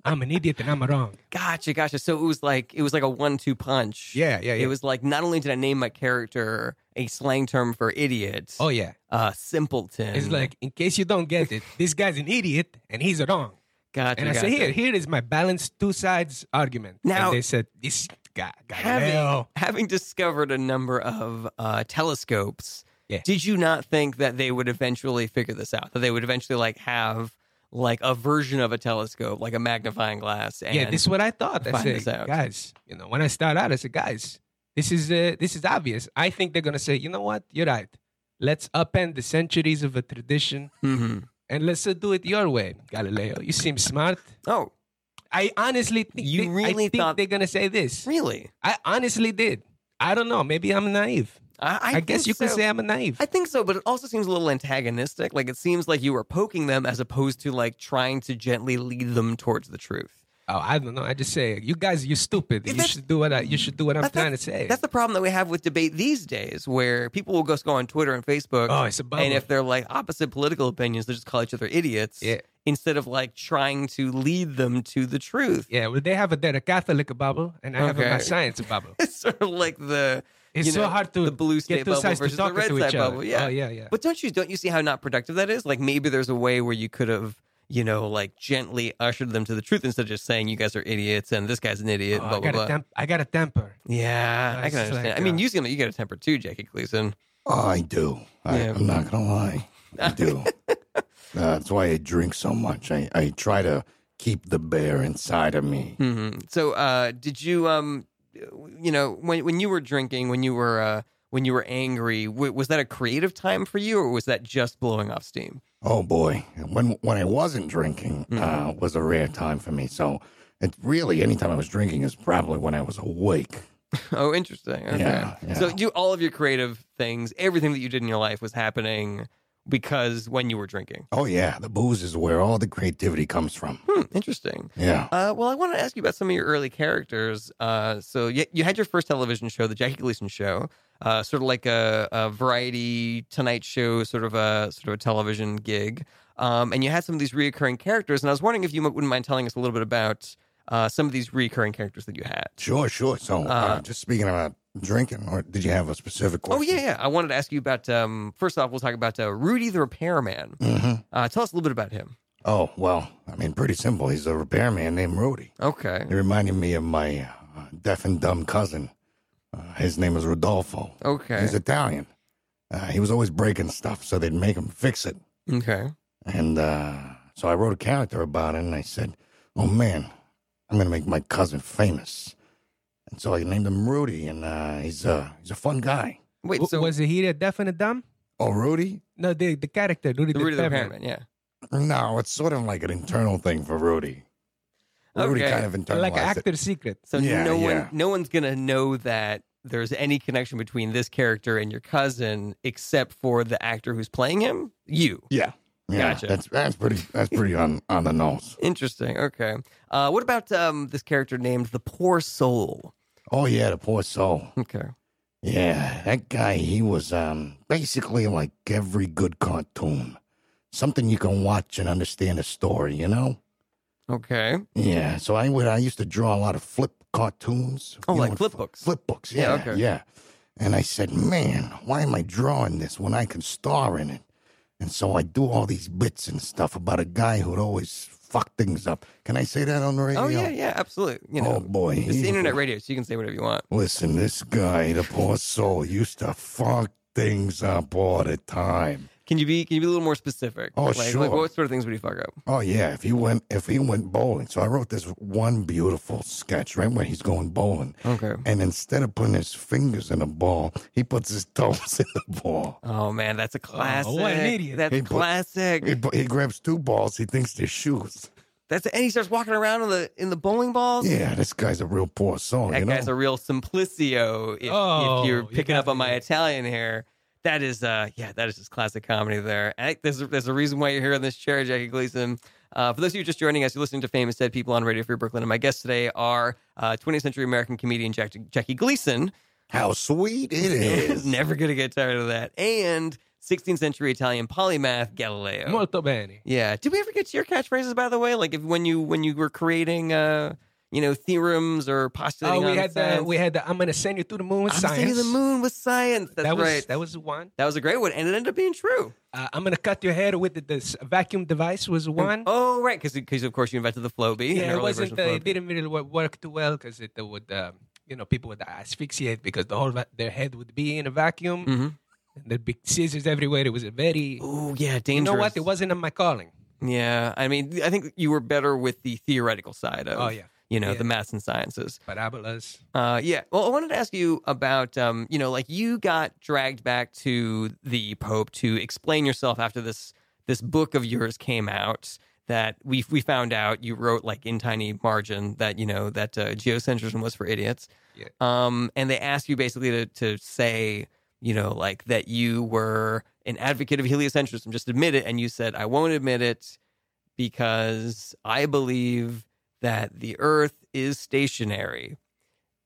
Speaker 2: I'm an idiot and I'm wrong.
Speaker 1: Gotcha, gotcha. So it was like it was like a one-two punch.
Speaker 2: Yeah, yeah, yeah.
Speaker 1: It was like not only did I name my character a slang term for idiot,
Speaker 2: oh yeah,
Speaker 1: uh, simpleton.
Speaker 2: it's like in case you don't get it, this guy's an idiot and he's wrong.
Speaker 1: gotcha.
Speaker 2: And I
Speaker 1: gotcha.
Speaker 2: say here, here is my balanced two sides argument.
Speaker 1: Now-
Speaker 2: and they said this guy,
Speaker 1: having,
Speaker 2: Galileo.
Speaker 1: having discovered a number of uh, telescopes,
Speaker 2: Yeah.
Speaker 1: did you not think that they would eventually figure this out? That they would eventually like have like a version of a telescope, like a magnifying glass. And
Speaker 2: yeah, this is what I thought. I
Speaker 1: find this
Speaker 2: said,
Speaker 1: out.
Speaker 2: guys, you know, when I start out, I said, guys, this is uh, this is obvious. I think they're gonna say, you know what, you're right. Let's upend the centuries of a tradition
Speaker 1: Mhm.
Speaker 2: and let's uh, do it your way, Galileo. You seem smart.
Speaker 1: Oh,
Speaker 2: I honestly think
Speaker 1: You
Speaker 2: they- I
Speaker 1: really
Speaker 2: think
Speaker 1: thought-
Speaker 2: they're gonna say this.
Speaker 1: really?
Speaker 2: I honestly did. I don't know. Maybe I'm naive.
Speaker 1: I, I
Speaker 2: I, guess
Speaker 1: think
Speaker 2: you could
Speaker 1: so.
Speaker 2: say I'm a naive.
Speaker 1: I think so, but it also seems a little antagonistic. Like it seems like you were poking them as opposed to like trying to gently lead them towards the truth.
Speaker 2: oh, I don't know. I just say you guys, you stupid. You
Speaker 1: that's-
Speaker 2: should do what I, you should do what I'm
Speaker 1: That's-
Speaker 2: trying to say.
Speaker 1: That's the problem that we have with debate these days, where people will just go on Twitter and Facebook,
Speaker 2: oh, it's a bubble.
Speaker 1: and if they're like opposite political opinions, they just call each other idiots
Speaker 2: Yeah.
Speaker 1: instead of like trying to lead them to the truth.
Speaker 2: yeah, well, they have a, they're a Catholic bubble, and I have a, my
Speaker 1: Okay.
Speaker 2: science bubble.
Speaker 1: It's sort of like the
Speaker 2: It's
Speaker 1: you
Speaker 2: so
Speaker 1: know,
Speaker 2: hard to
Speaker 1: the blue state
Speaker 2: get two
Speaker 1: bubble
Speaker 2: sides to
Speaker 1: versus the
Speaker 2: talk
Speaker 1: red
Speaker 2: to
Speaker 1: side
Speaker 2: each other.
Speaker 1: bubble. Yeah,
Speaker 2: Oh, yeah, yeah.
Speaker 1: But don't you don't you see how not productive that is? Like maybe there's a way where you could have you know like gently ushered them to the truth instead of just saying you guys are idiots and this guy's an idiot.
Speaker 2: Oh,
Speaker 1: blah blah
Speaker 2: I, got
Speaker 1: blah.
Speaker 2: a temp- I got a temper.
Speaker 1: yeah,
Speaker 2: Uh,
Speaker 1: I
Speaker 2: it's
Speaker 1: can
Speaker 2: just
Speaker 1: understand. I
Speaker 2: like,
Speaker 1: mean,
Speaker 2: uh,
Speaker 1: you you got a temper too, Jackie Gleason.
Speaker 4: I do. I,
Speaker 1: Yeah.
Speaker 4: I'm not gonna lie. I do. Uh, that's why I drink so much. I, I try to keep the bear inside of me.
Speaker 2: Mm-hmm.
Speaker 1: hmm So uh, did you um you know when when you were drinking when you were uh, when you were angry w- was that a creative time for you or was that just blowing off steam?
Speaker 4: Oh boy, when when I wasn't drinking
Speaker 1: Mm.
Speaker 4: uh, was a rare time for me. So it really any time I was drinking is probably when I was awake.
Speaker 1: Oh, interesting. Okay.
Speaker 4: Yeah, yeah.
Speaker 1: So you all of your creative things, everything that you did in your life was happening because when you were drinking.
Speaker 4: Oh yeah, the booze is where all the creativity comes from.
Speaker 1: Hmm, interesting.
Speaker 4: Yeah.
Speaker 1: Uh, well, I want to ask you about some of your early characters. Uh, so you, you had your first television show, the Jackie Gleason Show, uh, sort of like a, a variety Tonight Show, sort of a sort of a television gig. Um, and you had some of these reoccurring characters, and I was wondering if you m- wouldn't mind telling us a little bit about uh, some of these recurring characters that you had.
Speaker 4: Sure, sure. So, uh,
Speaker 1: Uh,
Speaker 4: just speaking about drinking, or did you have a specific question?
Speaker 1: Oh yeah, yeah. I wanted to ask you about. Um, first off, we'll talk about uh, Rudy the Repairman.
Speaker 4: hmm
Speaker 1: Uh, tell us a little bit about him.
Speaker 4: Oh well, I mean, pretty simple. He's a repairman named Rudy.
Speaker 1: Okay.
Speaker 4: It reminded me of my uh, deaf and dumb cousin, Uh, his name is Rodolfo.
Speaker 1: Okay.
Speaker 4: He's Italian. Uh, he was always breaking stuff, so they'd make him fix it.
Speaker 1: okay.
Speaker 4: And uh, so I wrote a character about it, and I said, "Oh man, I'm gonna make my cousin famous." And so I named him Rudy, and uh, he's a he's a fun guy.
Speaker 1: Wait,
Speaker 2: W-
Speaker 1: so
Speaker 2: was he a deaf and a dumb?
Speaker 4: Oh, Rudy?
Speaker 2: No, the the character Rudy
Speaker 1: the
Speaker 2: the
Speaker 1: Rudy the
Speaker 2: Repairman.
Speaker 1: Repairman, yeah.
Speaker 4: No, it's sort of like an internal thing for Rudy. Rudy
Speaker 1: Okay.
Speaker 4: kind of internalized
Speaker 2: Like an
Speaker 4: it.
Speaker 2: actor secret.
Speaker 1: So
Speaker 4: Yeah,
Speaker 1: no one
Speaker 4: yeah.
Speaker 1: no one's gonna know that there's any connection between this character and your cousin except for the actor who's playing him? You.
Speaker 4: Yeah. Yeah,
Speaker 1: Gotcha.
Speaker 4: that's that's pretty that's pretty on on the nose.
Speaker 1: Interesting. Okay. Uh, what about um, this character named the Poor Soul?
Speaker 4: Oh yeah, the poor soul.
Speaker 1: Okay.
Speaker 4: Yeah, that guy, he was um, basically like every good cartoon. Something you can watch and understand the story, you know?
Speaker 1: Okay.
Speaker 4: Yeah, so I would I used to draw a lot of flip cartoons.
Speaker 1: Oh,
Speaker 4: you
Speaker 1: like
Speaker 4: know,
Speaker 1: flip
Speaker 4: fl-
Speaker 1: books.
Speaker 4: Flip books,
Speaker 1: Yeah,
Speaker 4: yeah,
Speaker 1: okay.
Speaker 4: yeah. And I said, man, why am I drawing this when I can star in it? And so I do all these bits and stuff about a guy who'd always fuck things up. Can I say that on the radio?
Speaker 1: Oh yeah, yeah, absolutely. You know,
Speaker 4: Oh boy,
Speaker 1: it's
Speaker 4: he-
Speaker 1: internet radio, so you can say whatever you want.
Speaker 4: Listen, this guy, the poor soul, used to fuck things up all the time.
Speaker 1: Can you be can you be a little more specific?
Speaker 4: Oh,
Speaker 1: like,
Speaker 4: sure.
Speaker 1: Like what sort of things would he fuck up?
Speaker 4: Oh yeah, if he went if he went bowling. So I wrote this one beautiful sketch right when he's going bowling.
Speaker 1: Okay.
Speaker 4: And instead of putting his fingers in the ball, he puts his toes in the ball.
Speaker 1: Oh man, that's a classic.
Speaker 2: what an idiot.
Speaker 1: That's
Speaker 4: He put-
Speaker 1: classic.
Speaker 4: He, pu- he grabs two balls, he thinks they're shoes.
Speaker 1: that's and he starts walking around in the in the bowling balls.
Speaker 4: Yeah, this guy's a real poor soul,
Speaker 1: That
Speaker 4: you know?
Speaker 1: guy's a real simplicio. If,
Speaker 2: Oh,
Speaker 1: if you're
Speaker 2: you
Speaker 1: picking
Speaker 2: got
Speaker 1: up on
Speaker 2: me.
Speaker 1: my Italian here, that is, uh, yeah, that is just classic comedy there. I, there's, a, there's a reason why you're here on this chair, Jackie Gleason. Uh, for those of you just joining us, you're listening to Famous Dead People on Radio Free Brooklyn, and my guests today are uh, 20th century American comedian Jack, Jackie Gleason.
Speaker 4: How sweet it is.
Speaker 1: Never gonna get tired of that. And 16th century Italian polymath Galileo.
Speaker 2: Molto bene.
Speaker 1: Yeah. Did we ever get to your catchphrases, by the way? Like if when you when you were creating, uh, you know, theorems or
Speaker 2: Oh,
Speaker 1: postulating.
Speaker 2: we
Speaker 1: on
Speaker 2: had the
Speaker 1: science?
Speaker 2: we had the I'm gonna send you to the moon with
Speaker 1: I'm
Speaker 2: science.
Speaker 1: saying the moon with science. That's
Speaker 2: that was
Speaker 1: right.
Speaker 2: that was one.
Speaker 1: That was a great one, and it ended up being true.
Speaker 2: Uh, I'm gonna cut your hair with this vacuum device was one.
Speaker 1: Oh, right, because of course you invented the Flowbee. an
Speaker 2: yeah,
Speaker 1: early
Speaker 2: it wasn't.
Speaker 1: version
Speaker 2: Uh,
Speaker 1: of
Speaker 2: it
Speaker 1: Flowbee.
Speaker 2: didn't really wo- work too well because it uh, would, uh, you know, people would asphyxiate because the whole va- their head would be in a vacuum.
Speaker 1: Mhm.
Speaker 2: And there'd be scissors everywhere. It was a very.
Speaker 1: Ooh, yeah, dangerous.
Speaker 2: You know what? It wasn't in my calling.
Speaker 1: Yeah, I mean, I think you were better with the theoretical side of.
Speaker 2: Oh, yeah.
Speaker 1: You know
Speaker 2: Yeah.
Speaker 1: the maths and sciences.
Speaker 2: Parabolas.
Speaker 1: Uh, yeah. Well, I wanted to ask you about, um, you know, like you got dragged back to the Pope to explain yourself after this this book of yours came out that we we found out you wrote like in tiny margin that you know that uh, geocentrism was for idiots.
Speaker 2: Yeah.
Speaker 1: Um, and they asked you basically to to say, you know, like that you were an advocate of heliocentrism. Just admit it, and you said, "I won't admit it because I believe that the Earth is stationary."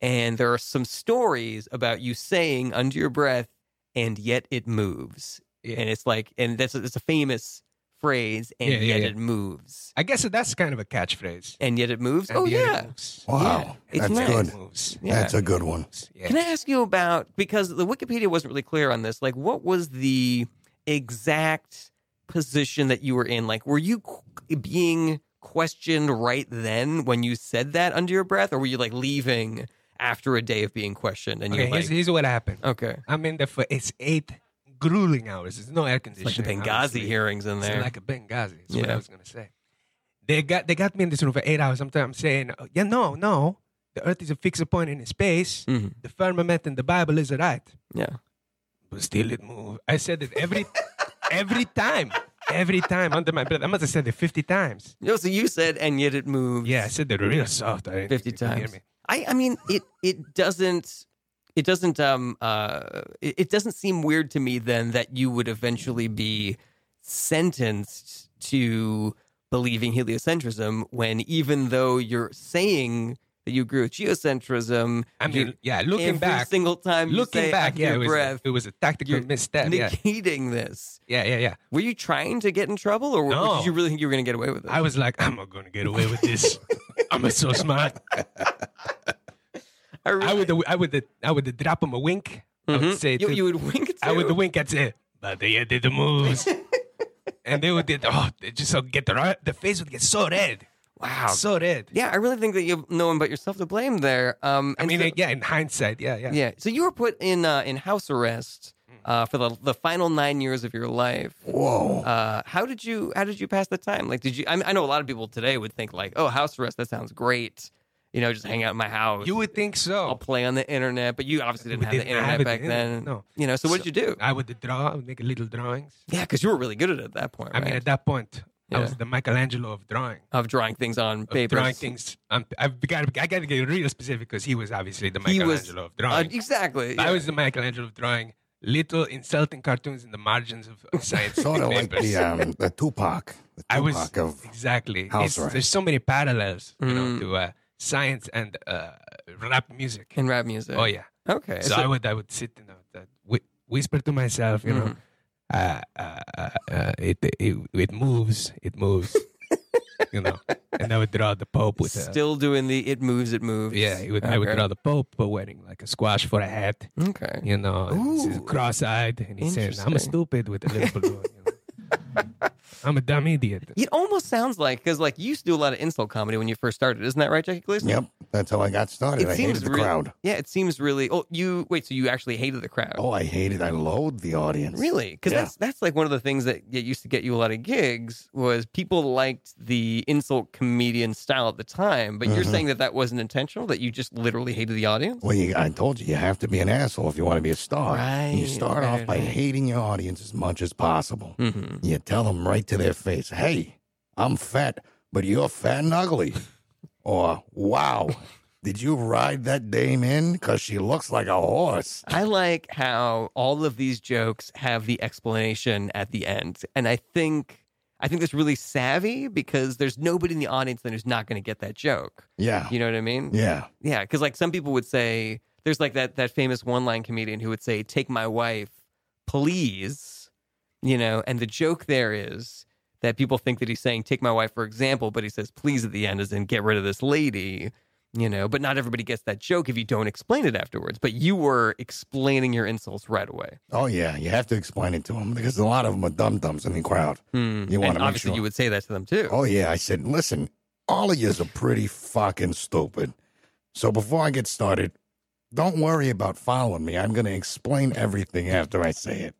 Speaker 1: And there are some stories about you saying under your breath, and yet it moves.
Speaker 2: Yeah.
Speaker 1: And it's like, and that's it's a famous phrase, and
Speaker 2: Yeah, yeah,
Speaker 1: yet
Speaker 2: yeah.
Speaker 1: it moves.
Speaker 2: I guess that's kind of a catchphrase.
Speaker 1: And yet it moves. oh,
Speaker 2: And the other
Speaker 1: yeah.
Speaker 2: moves.
Speaker 4: Wow.
Speaker 1: It's
Speaker 4: that's
Speaker 1: nice.
Speaker 4: good.
Speaker 2: Moves.
Speaker 1: Yeah.
Speaker 4: That's a good one.
Speaker 2: Yeah.
Speaker 1: Can I ask you about because the Wikipedia wasn't really clear on this? Like, what was the exact position that you were in? Like, were you qu- being questioned right then when you said that under your breath, or were you like leaving after a day of being questioned? And
Speaker 2: okay,
Speaker 1: you're like,
Speaker 2: here's, here's what happened.
Speaker 1: okay,
Speaker 2: I'm in there for it's eight grueling hours. There's no air
Speaker 1: it's like the
Speaker 2: conditioning.
Speaker 1: Benghazi
Speaker 2: obviously.
Speaker 1: hearings in
Speaker 2: It's
Speaker 1: there.
Speaker 2: like a Benghazi. That's what
Speaker 1: Yeah.
Speaker 2: I was gonna say. They got they got me in this room for eight hours. I'm, t- I'm saying, oh, yeah, no, no. The Earth is a fixed point in space.
Speaker 1: Mhm.
Speaker 2: The firmament and the Bible is right,
Speaker 1: Yeah,
Speaker 2: but still it moves. I said it every every time, every time under my breath. I must have said it fifty times.
Speaker 1: no. So you said, and yet it moves.
Speaker 2: Yeah, I said it real soft. I didn't
Speaker 1: fifty
Speaker 2: think you could hear
Speaker 1: times.
Speaker 2: me.
Speaker 1: I, I mean, it it doesn't it doesn't um uh it, it doesn't seem weird to me then that you would eventually be sentenced to believing heliocentrism when even though you're saying that you agree with geocentrism,
Speaker 2: I
Speaker 1: you're-
Speaker 2: mean, yeah,
Speaker 1: every
Speaker 2: looking back,
Speaker 1: single time you
Speaker 2: looking
Speaker 1: say
Speaker 2: back,
Speaker 1: under
Speaker 2: yeah, it
Speaker 1: your
Speaker 2: was,
Speaker 1: breath,
Speaker 2: it was a tactical
Speaker 1: you're
Speaker 2: misstep. Yeah,
Speaker 1: negating this.
Speaker 2: yeah, yeah, yeah.
Speaker 1: Were you trying to get in trouble, or, were-
Speaker 2: No.
Speaker 1: did you really think you were going to get away with it?
Speaker 2: I was like, I'm not gonna get away with this. I'm so smart.
Speaker 1: I, really-
Speaker 2: I would, I would, I would drop him a wink. I
Speaker 1: Mhm.
Speaker 2: would say,
Speaker 1: you,
Speaker 2: to-
Speaker 1: you would wink. Too.
Speaker 2: I would wink at it, but they yeah, did the moves, and they would did. Oh, they just so get the ri- the face would get so red.
Speaker 1: Wow.
Speaker 2: So did.
Speaker 1: yeah, I really think that you have no one but yourself to blame there. Um,
Speaker 2: I
Speaker 1: and
Speaker 2: mean,
Speaker 1: so-
Speaker 2: yeah, in hindsight, yeah, yeah. Mm.
Speaker 1: yeah. So you were put in uh, in house arrest uh, for the the final nine years of your life.
Speaker 4: Whoa.
Speaker 1: Uh, how did you how did you pass the time? Like, did you? I, mean, I know a lot of people today would think like, oh, house arrest. That sounds great. You know, just hang out in my house.
Speaker 2: You would think
Speaker 1: I'll
Speaker 2: so.
Speaker 1: play on the internet, but you obviously didn't
Speaker 2: We
Speaker 1: have the
Speaker 2: didn't
Speaker 1: internet
Speaker 2: have it,
Speaker 1: back
Speaker 2: the
Speaker 1: then.
Speaker 2: internet, no.
Speaker 1: You know, so what did you do?
Speaker 2: I would draw, I would make little drawings.
Speaker 1: Yeah, because you were really good at it at that point.
Speaker 2: I mean,
Speaker 1: right?
Speaker 2: at that point, I
Speaker 1: Yeah.
Speaker 2: was the Michelangelo of drawing.
Speaker 1: of drawing things on
Speaker 2: Of
Speaker 1: paper.
Speaker 2: drawing things. I'm, I've got, I got to get real specific because he was obviously the
Speaker 1: He was-
Speaker 2: Michelangelo of drawing.
Speaker 1: Uh, exactly.
Speaker 2: I
Speaker 1: yeah.
Speaker 2: was the Michelangelo of drawing little insulting cartoons in the margins of, of science
Speaker 4: sort of like
Speaker 2: papers.
Speaker 4: the um, the Tupac. The Tupac
Speaker 2: I was
Speaker 4: of
Speaker 2: exactly.
Speaker 4: House
Speaker 2: It's-
Speaker 4: arrest.
Speaker 2: There's so many parallels, you know,
Speaker 1: Mm.
Speaker 2: to uh, science and uh, rap music.
Speaker 1: in rap music.
Speaker 2: Oh yeah.
Speaker 1: Okay.
Speaker 2: So, I would I would sit and I would, uh, whi- whisper to myself, you know,
Speaker 1: Mm-hmm.
Speaker 2: uh, uh, uh, uh, it, it it moves, it moves, you know, and I would draw the Pope with a
Speaker 1: still doing the it moves, it moves.
Speaker 2: yeah, it would, I would
Speaker 1: Okay.
Speaker 2: draw the Pope, but wearing like a squash for a hat,
Speaker 1: Okay.
Speaker 2: you know, and he's
Speaker 1: Ooh.
Speaker 2: cross-eyed, and he's saying, "I'm
Speaker 1: Interesting.
Speaker 2: a stupid with a little balloon." You know. I'm a dumb idiot.
Speaker 1: It almost sounds like because like you used to do a lot of insult comedy when you first started, isn't that right, Jackie Gleason?
Speaker 4: Yep, that's how I got started. I hated the
Speaker 1: really,
Speaker 4: crowd.
Speaker 1: Yeah, it seems really. Oh, you wait. So you actually hated the crowd?
Speaker 4: Oh, I hated. I loathed the audience.
Speaker 1: Really? Because
Speaker 4: Yeah.
Speaker 1: that's that's like one of the things that that used to get you a lot of gigs was people liked the insult comedian style at the time. But you're
Speaker 4: Mhm.
Speaker 1: saying that that wasn't intentional. That you just literally hated the audience.
Speaker 4: Well, you, I told you, you have to be an asshole if you want to be a star. And you
Speaker 1: Right,
Speaker 4: start
Speaker 1: right,
Speaker 4: off by
Speaker 1: right.
Speaker 4: hating your audience as much as possible.
Speaker 1: Mm-hmm.
Speaker 4: You tell them right to their face, hey, I'm fat, but you're fat and ugly. or, wow, did you ride that dame in? Because she looks like a horse.
Speaker 1: I like how all of these jokes have the explanation at the end, and I think I think that's really savvy because there's nobody in the audience that is not going to get that joke.
Speaker 4: Yeah.
Speaker 1: You know what I mean?
Speaker 4: Yeah.
Speaker 1: Yeah, because like some people would say, there's like that that famous one line comedian who would say, "Take my wife, please," you know, and the joke there is that people think that he's saying, "Take my wife," for example, but he says, "Please" at the end, as in, "Get rid of this lady." You know, but not everybody gets that joke if you don't explain it afterwards. But you were explaining your insults right away.
Speaker 4: Oh, yeah. You have to explain it to them because a lot of them are dum dums in the crowd.
Speaker 1: Hmm.
Speaker 4: You wanna
Speaker 1: and
Speaker 4: make
Speaker 1: obviously
Speaker 4: sure.
Speaker 1: you would say that to them too.
Speaker 4: Oh, yeah. I said, listen, all of yous are pretty fucking stupid. So before I get started, don't worry about following me. I'm going to explain everything after I say it.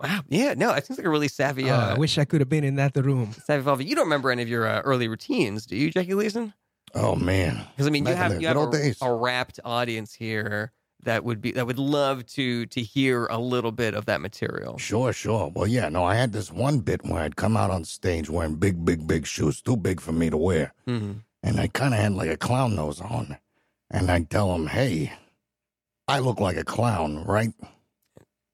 Speaker 1: Wow. Yeah. No, it seems like a really savvy,
Speaker 2: Yeah.
Speaker 1: uh,
Speaker 2: Oh, I wish I could have been in that room.
Speaker 1: savvy. Volvo. You don't remember any of your uh, early routines, do you, Jackie Leeson?
Speaker 4: Oh, man.
Speaker 1: Because I mean, you
Speaker 4: Back in
Speaker 1: have
Speaker 4: the
Speaker 1: you have
Speaker 4: good old
Speaker 1: a,
Speaker 4: days.
Speaker 1: a rapt audience here that would be that would love to to hear a little bit of that material.
Speaker 4: Sure, sure. Well, yeah, no, I had this one bit where I'd come out on stage wearing big, big, big shoes, too big for me to wear.
Speaker 1: hmm
Speaker 4: And I kind of had like a clown nose on. And I'd tell them, hey, I look like a clown, right?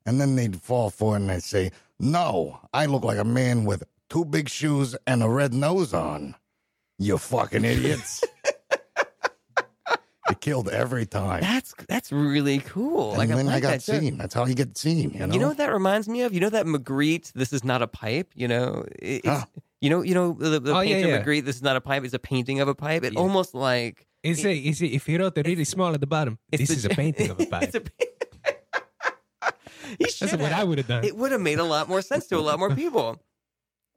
Speaker 4: And then they'd fall for it and I'd say, no, I look like a man with two big shoes and a red nose on. You fucking idiots. it killed every time.
Speaker 1: That's that's really cool.
Speaker 4: and
Speaker 1: like,
Speaker 4: then
Speaker 1: I,
Speaker 4: I,
Speaker 1: like
Speaker 4: got
Speaker 1: that joke.
Speaker 4: seen. That's how you get seen, you know?
Speaker 1: You know what that reminds me of? You know that Magritte, this is not a pipe. You know, It- it's,
Speaker 4: Huh.
Speaker 1: you know, you know the, the
Speaker 2: Oh, yeah,
Speaker 1: painter
Speaker 2: yeah.
Speaker 1: Magritte, this is not a pipe. It's a painting of a pipe. It
Speaker 2: Yeah.
Speaker 1: almost like
Speaker 2: Is it? Is it? If he wrote it really small at the bottom,
Speaker 1: it's
Speaker 2: this is a painting of a pipe.
Speaker 1: it's a He
Speaker 2: That's
Speaker 1: should
Speaker 2: what
Speaker 1: have.
Speaker 2: I would have done.
Speaker 1: it would have made a lot more sense to a lot more people.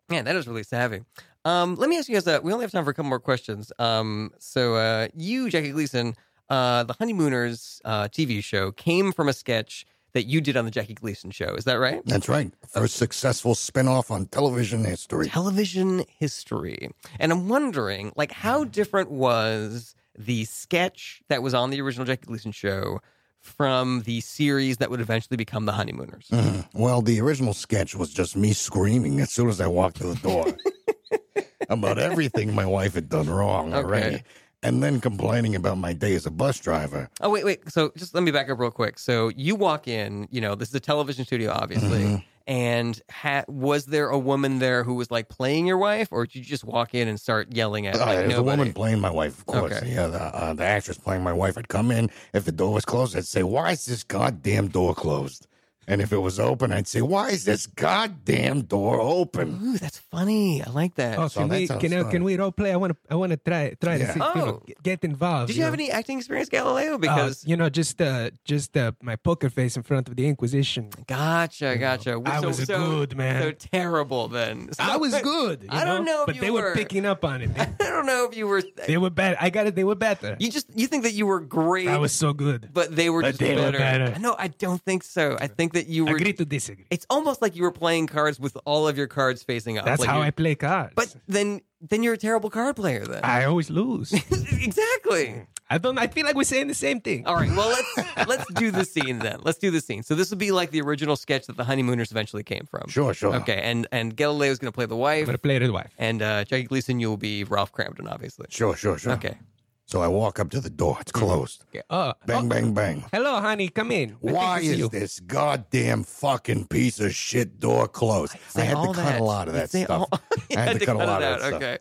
Speaker 1: Man, that is really savvy. Um, let me ask you guys. Uh, we only have time for a couple more questions. Um, so uh, you, Jackie Gleason, uh, the Honeymooners uh, TV show came from a sketch that you did on the Jackie Gleason show. Is that right?
Speaker 4: That's right.
Speaker 1: Oh.
Speaker 4: First successful spin-off on television history.
Speaker 1: Television history, and I'm wondering, like, how different was the sketch that was on the original Jackie Gleason show from the series that would eventually become the Honeymooners?
Speaker 4: Mhm. Well, the original sketch was just me screaming as soon as I walked through the door about everything my wife had done wrong
Speaker 1: Okay.
Speaker 4: already. And then complaining about my day as a bus driver.
Speaker 1: Oh wait, wait. So just let me back up real quick. So you walk in. You know, this is a television studio, obviously.
Speaker 2: Mm-hmm.
Speaker 1: And ha- was there a woman there who was like playing your wife, or did you just walk in and start yelling at
Speaker 4: Uh,
Speaker 1: like,
Speaker 4: there's a
Speaker 1: nobody?
Speaker 4: woman playing my wife, of course.
Speaker 1: Okay.
Speaker 4: Yeah, the, uh, the actress playing my wife. I'd come in. If the door was closed, I'd say, Why is this goddamn door closed? And if it was open, I'd say, why is this goddamn door open?
Speaker 1: Ooh, that's funny. I like that.
Speaker 2: Oh,
Speaker 4: So
Speaker 2: can
Speaker 4: that's
Speaker 2: we
Speaker 4: how it
Speaker 2: can, I- can
Speaker 4: started.
Speaker 2: we role play? I want to I want to try try to
Speaker 4: Yeah.
Speaker 2: see, you know,
Speaker 1: Oh.
Speaker 2: g- get involved.
Speaker 1: Did you have
Speaker 2: know.
Speaker 1: any acting experience, Galileo?
Speaker 2: Uh,
Speaker 1: Because
Speaker 2: you know just uh just uh my poker face in front of the Inquisition.
Speaker 1: gotcha, gotcha.
Speaker 2: I was a good man.
Speaker 1: So terrible then. So-
Speaker 2: I was good. you
Speaker 1: I don't know if
Speaker 2: but
Speaker 1: you
Speaker 2: they
Speaker 1: were.
Speaker 2: picking up on it. They,
Speaker 1: I don't know if you were.
Speaker 2: they were bad. I got it. They were better.
Speaker 1: You just you think that you were great,
Speaker 2: I was so good.
Speaker 1: but they were
Speaker 2: But
Speaker 1: just
Speaker 2: they were
Speaker 1: better.
Speaker 2: better.
Speaker 1: No, I don't think so. I think that you were.
Speaker 2: Agree to disagree.
Speaker 1: It's almost like you were playing cards with all of your cards facing up.
Speaker 2: That's
Speaker 1: Like
Speaker 2: how
Speaker 1: you-
Speaker 2: I play cards.
Speaker 1: But then then you're a terrible card player then.
Speaker 2: I always lose.
Speaker 4: Mm.
Speaker 1: exactly.
Speaker 2: I don't. I feel like we're saying the same thing.
Speaker 1: All right. Well, let's let's do the scene then. Let's do the scene. So this would be like the original sketch that the honeymooners eventually came from.
Speaker 4: Sure, sure.
Speaker 1: Okay. And and Galileo's going to play the
Speaker 2: I'm
Speaker 1: wife,
Speaker 2: gonna play it with wife.
Speaker 1: and uh, Jackie Gleason you'll be Ralph Crampton, obviously.
Speaker 4: Sure, sure, sure.
Speaker 1: Okay. Mm-hmm.
Speaker 4: So I walk up to the door. It's closed.
Speaker 2: Oh,
Speaker 4: Bang, bang, bang.
Speaker 2: hello, honey. Come in. Good
Speaker 4: Why
Speaker 2: to see
Speaker 4: is
Speaker 2: you.
Speaker 4: this goddamn fucking piece of shit door closed? I
Speaker 1: Say
Speaker 4: had to
Speaker 1: all
Speaker 4: cut a lot of
Speaker 1: You
Speaker 4: that
Speaker 1: say
Speaker 4: stuff.
Speaker 1: all- You
Speaker 4: I had to cut a lot
Speaker 1: it
Speaker 4: of
Speaker 1: out.
Speaker 4: that stuff.
Speaker 1: Okay.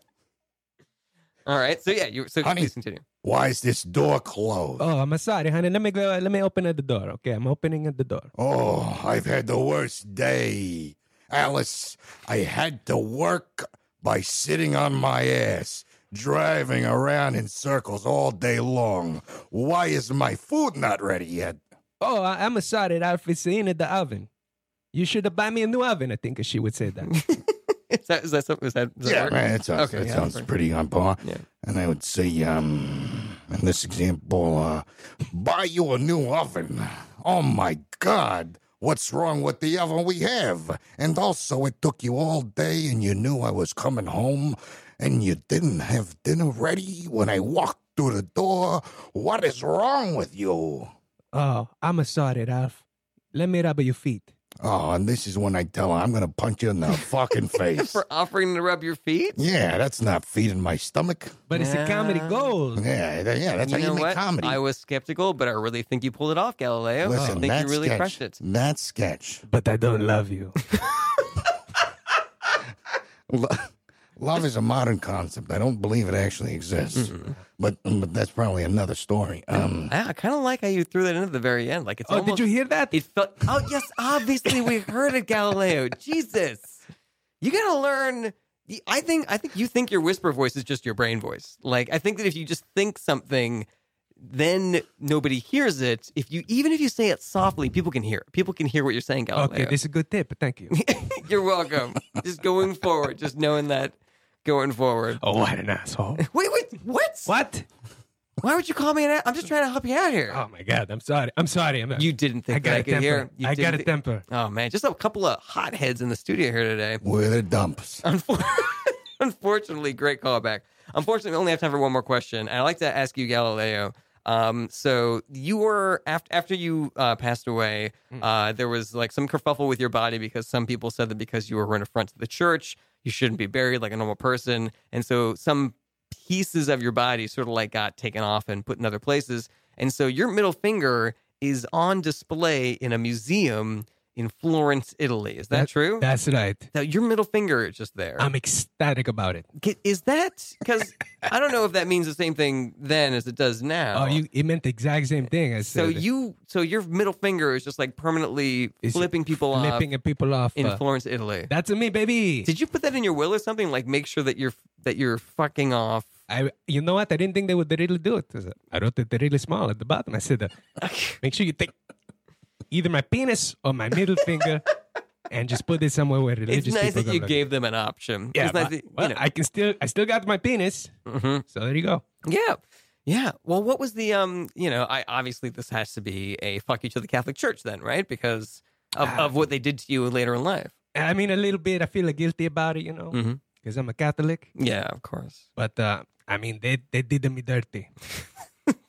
Speaker 1: All right. So yeah, you. So
Speaker 4: Honey.
Speaker 1: please continue.
Speaker 4: Why is this door closed?
Speaker 2: Oh, I'm sorry, honey. Let me go. Let me open at the door. Okay, I'm opening at the door.
Speaker 4: Oh, I've had the worst day. Alice, I had to work by sitting on my ass, driving around in circles all day long. Why is my food not ready yet?
Speaker 2: Oh, I, I'm sorry, Ralph. It's in the oven. You should buy me a new oven. I think she would say that.
Speaker 1: Is that is that something? Is that, is that
Speaker 4: yeah,
Speaker 1: work?
Speaker 4: man, it sounds,
Speaker 1: Okay,
Speaker 4: that
Speaker 1: yeah.
Speaker 4: sounds pretty on par.
Speaker 1: Yeah.
Speaker 4: And I would say, um, in this example, uh, buy you a new oven. Oh my God, what's wrong with the oven we have? And also, it took you all day, and you knew I was coming home, and you didn't have dinner ready when I walked through the door. What is wrong with you?
Speaker 2: oh, I'm sorry, Ralph. Let me rub your feet.
Speaker 4: Oh, and this is when I tell her I'm going to punch you in the fucking face.
Speaker 1: For offering to rub your feet.
Speaker 4: Yeah, that's not feeding my stomach.
Speaker 2: But it's a comedy
Speaker 1: Yeah.
Speaker 2: gold.
Speaker 4: Yeah, th- yeah, that's
Speaker 1: you
Speaker 4: how
Speaker 1: know
Speaker 4: you make
Speaker 1: what?
Speaker 4: comedy.
Speaker 1: I was skeptical, but I really think you pulled it off, Galileo. I
Speaker 4: Listen,
Speaker 1: think
Speaker 4: that
Speaker 1: you really
Speaker 4: sketch,
Speaker 1: crushed it.
Speaker 4: That sketch.
Speaker 2: But I don't love you.
Speaker 4: Lo- Love is a modern concept. I don't believe it actually exists. But mm, but that's probably another story. Um,
Speaker 1: I, kind of like how you threw that in at the very end. Like it's
Speaker 2: oh,
Speaker 1: almost,
Speaker 2: did you hear that?
Speaker 1: It felt. Oh yes, obviously we heard it, Galileo. Jesus, you gotta learn. I think. I think you think your whisper voice is just your brain voice. Like I think that if you just think something, then nobody hears it. If you even if you say it softly, people can hear. It. People can hear what you're saying, Galileo.
Speaker 2: okay, this is a good tip. Thank you.
Speaker 1: you're welcome. just going forward, just knowing that going forward.
Speaker 2: oh, what an asshole.
Speaker 1: Wait, wait, what?
Speaker 2: what?
Speaker 1: Why would you call me an? a- I'm just trying to help you out here.
Speaker 2: Oh my God, I'm sorry. I'm sorry. I'm,
Speaker 1: You didn't think
Speaker 2: I got
Speaker 1: that
Speaker 2: a
Speaker 1: I could
Speaker 2: temper.
Speaker 1: hear. You
Speaker 2: I got
Speaker 1: didn't
Speaker 2: a
Speaker 1: thi-
Speaker 2: temper.
Speaker 1: Oh man, just a couple of hotheads in the studio here today.
Speaker 4: where the dumps.
Speaker 1: Unfor- Unfortunately, great callback. Unfortunately, we only have time for one more question. And I'd like to ask you, Galileo. Um, so you were after after you uh, passed away,
Speaker 2: Hmm.
Speaker 1: uh, there was like some kerfuffle with your body because some people said that because you were an affront to the church, you shouldn't be buried like a normal person, and so some pieces of your body sort of like got taken off and put in other places, and so your middle finger is on display in a museum in Florence, Italy. Is that,
Speaker 2: That-
Speaker 1: true?
Speaker 2: That's right.
Speaker 1: Now your middle finger is just there.
Speaker 2: I'm ecstatic about it.
Speaker 1: K- Is that because I don't know if that means the same thing then as it does now.
Speaker 2: Oh, you it meant the exact same thing. I
Speaker 1: so
Speaker 2: said.
Speaker 1: you so your middle finger is just like permanently
Speaker 2: It's
Speaker 1: flipping people
Speaker 2: flipping
Speaker 1: off
Speaker 2: people off.
Speaker 1: in
Speaker 2: uh,
Speaker 1: Florence, Italy.
Speaker 2: that's me, baby.
Speaker 1: uh, Did you put that in your will or something? Like make sure that you're that you're fucking off.
Speaker 2: I, you know what? I didn't think they would really do it. I wrote it really small at the bottom. I said, uh, make sure you take either my penis or my middle finger and just put it somewhere where religious
Speaker 1: It's nice
Speaker 2: people
Speaker 1: that you
Speaker 2: can look.
Speaker 1: gave them an option.
Speaker 2: Yeah,
Speaker 1: It's nice
Speaker 2: but-
Speaker 1: that- you
Speaker 2: well,
Speaker 1: know.
Speaker 2: I can still, I still got my penis.
Speaker 1: Mhm.
Speaker 2: So there you go.
Speaker 1: Yeah. Yeah. Well, what was the um? You know, I obviously this has to be a fuck you to the Catholic Church then, right? Because of,
Speaker 2: Ah.
Speaker 1: of what they did to you later in life.
Speaker 2: I mean, a little bit. I feel guilty about it, you know, because
Speaker 1: Mhm.
Speaker 2: I'm a Catholic.
Speaker 1: Yeah, of course.
Speaker 2: But uh, I mean, they they did me dirty.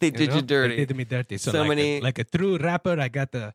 Speaker 1: They
Speaker 2: you
Speaker 1: did
Speaker 2: know?
Speaker 1: you dirty.
Speaker 2: They did me dirty. So,
Speaker 1: So
Speaker 2: like,
Speaker 1: many-
Speaker 2: a, like a true rapper, I got the,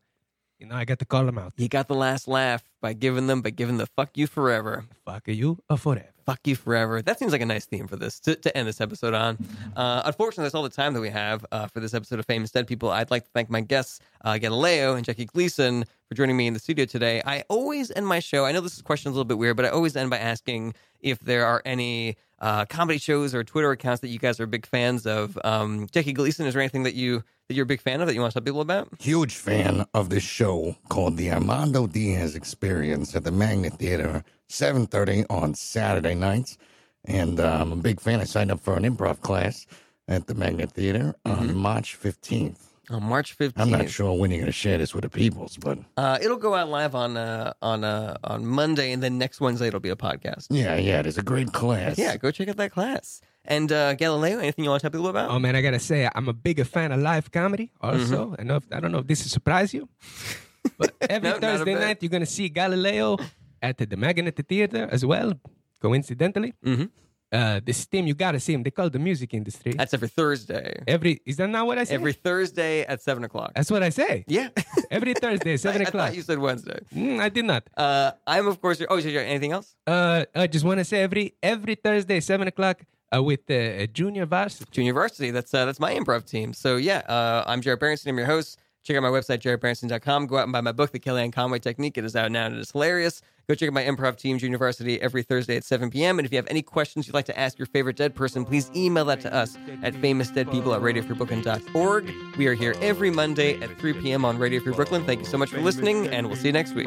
Speaker 2: you know, I got to call him out.
Speaker 1: You got the last laugh by giving them, by giving the fuck you forever.
Speaker 2: Fuck you or forever.
Speaker 1: Fuck you forever. That seems like a nice theme for this to, to end this episode on. Uh, unfortunately, that's all the time that we have uh, for this episode of Famous Dead People. I'd like to thank my guests, uh, Galileo and Jackie Gleason, for joining me in the studio today. I always end my show. I know this is question's a little bit weird, but I always end by asking if there are any uh, comedy shows or Twitter accounts that you guys are big fans of. Um, Jackie Gleason, is there anything that you that you're a big fan of that you want to tell people about?
Speaker 4: Huge fan of this show called The Armando Diaz Experience at the Magnet Theater, 7.30 on Saturday nights. And uh, I'm a big fan. I signed up for an improv class at the Magnet Theater
Speaker 1: Mm-hmm.
Speaker 4: on March 15th.
Speaker 1: On March 15th.
Speaker 4: I'm not sure when you're going to share this with the peoples, but
Speaker 1: Uh, it'll go out live on uh, on uh, on Monday, and then next Wednesday it'll be a podcast.
Speaker 4: yeah, yeah, it is a great class.
Speaker 1: Yeah, go check out that class. And uh, Galileo, anything you want to tell people about?
Speaker 2: Oh man, I gotta say, I'm a bigger fan of live comedy. Also, I know if, I don't know if this will surprise you, but every
Speaker 1: Mm-hmm. No, not a
Speaker 2: Thursday
Speaker 1: bit.
Speaker 2: night you're gonna see Galileo at the Magnet Theater as well. Coincidentally,
Speaker 1: Mhm.
Speaker 2: uh, this team you gotta see him. They call the music industry.
Speaker 1: That's every Thursday.
Speaker 2: every is that not what I say?
Speaker 1: Every Thursday at seven o'clock.
Speaker 2: That's what I say.
Speaker 1: yeah,
Speaker 2: Every Thursday, seven
Speaker 1: I, I
Speaker 2: o'clock.
Speaker 1: thought you said Wednesday.
Speaker 2: Mm, I did not.
Speaker 1: Uh, I'm of course. Your, oh, sorry, anything else?
Speaker 2: Uh, I just want to say every every Thursday, seven o'clock, uh, with uh, junior varsity.
Speaker 1: Junior Varsity. That's uh, that's my improv team. So yeah, uh, I'm Jared Berenson. I'm your host. Check out my website, jaredberenson.com. Go out and buy my book, The Kellyanne Conway Technique. It is out now and it is hilarious. Go check out my improv team, Junior Varsity, every Thursday at 7 p.m. And if you have any questions you'd like to ask your favorite dead person, please email that to us at famousdeadpeople at radioforbrooklyn.org. We are here every Monday at 3 p.m. on Radio Free Brooklyn. Thank you so much for listening, and we'll see you next week.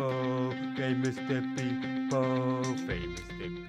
Speaker 3: Famous dead people, famous dead people, famous dead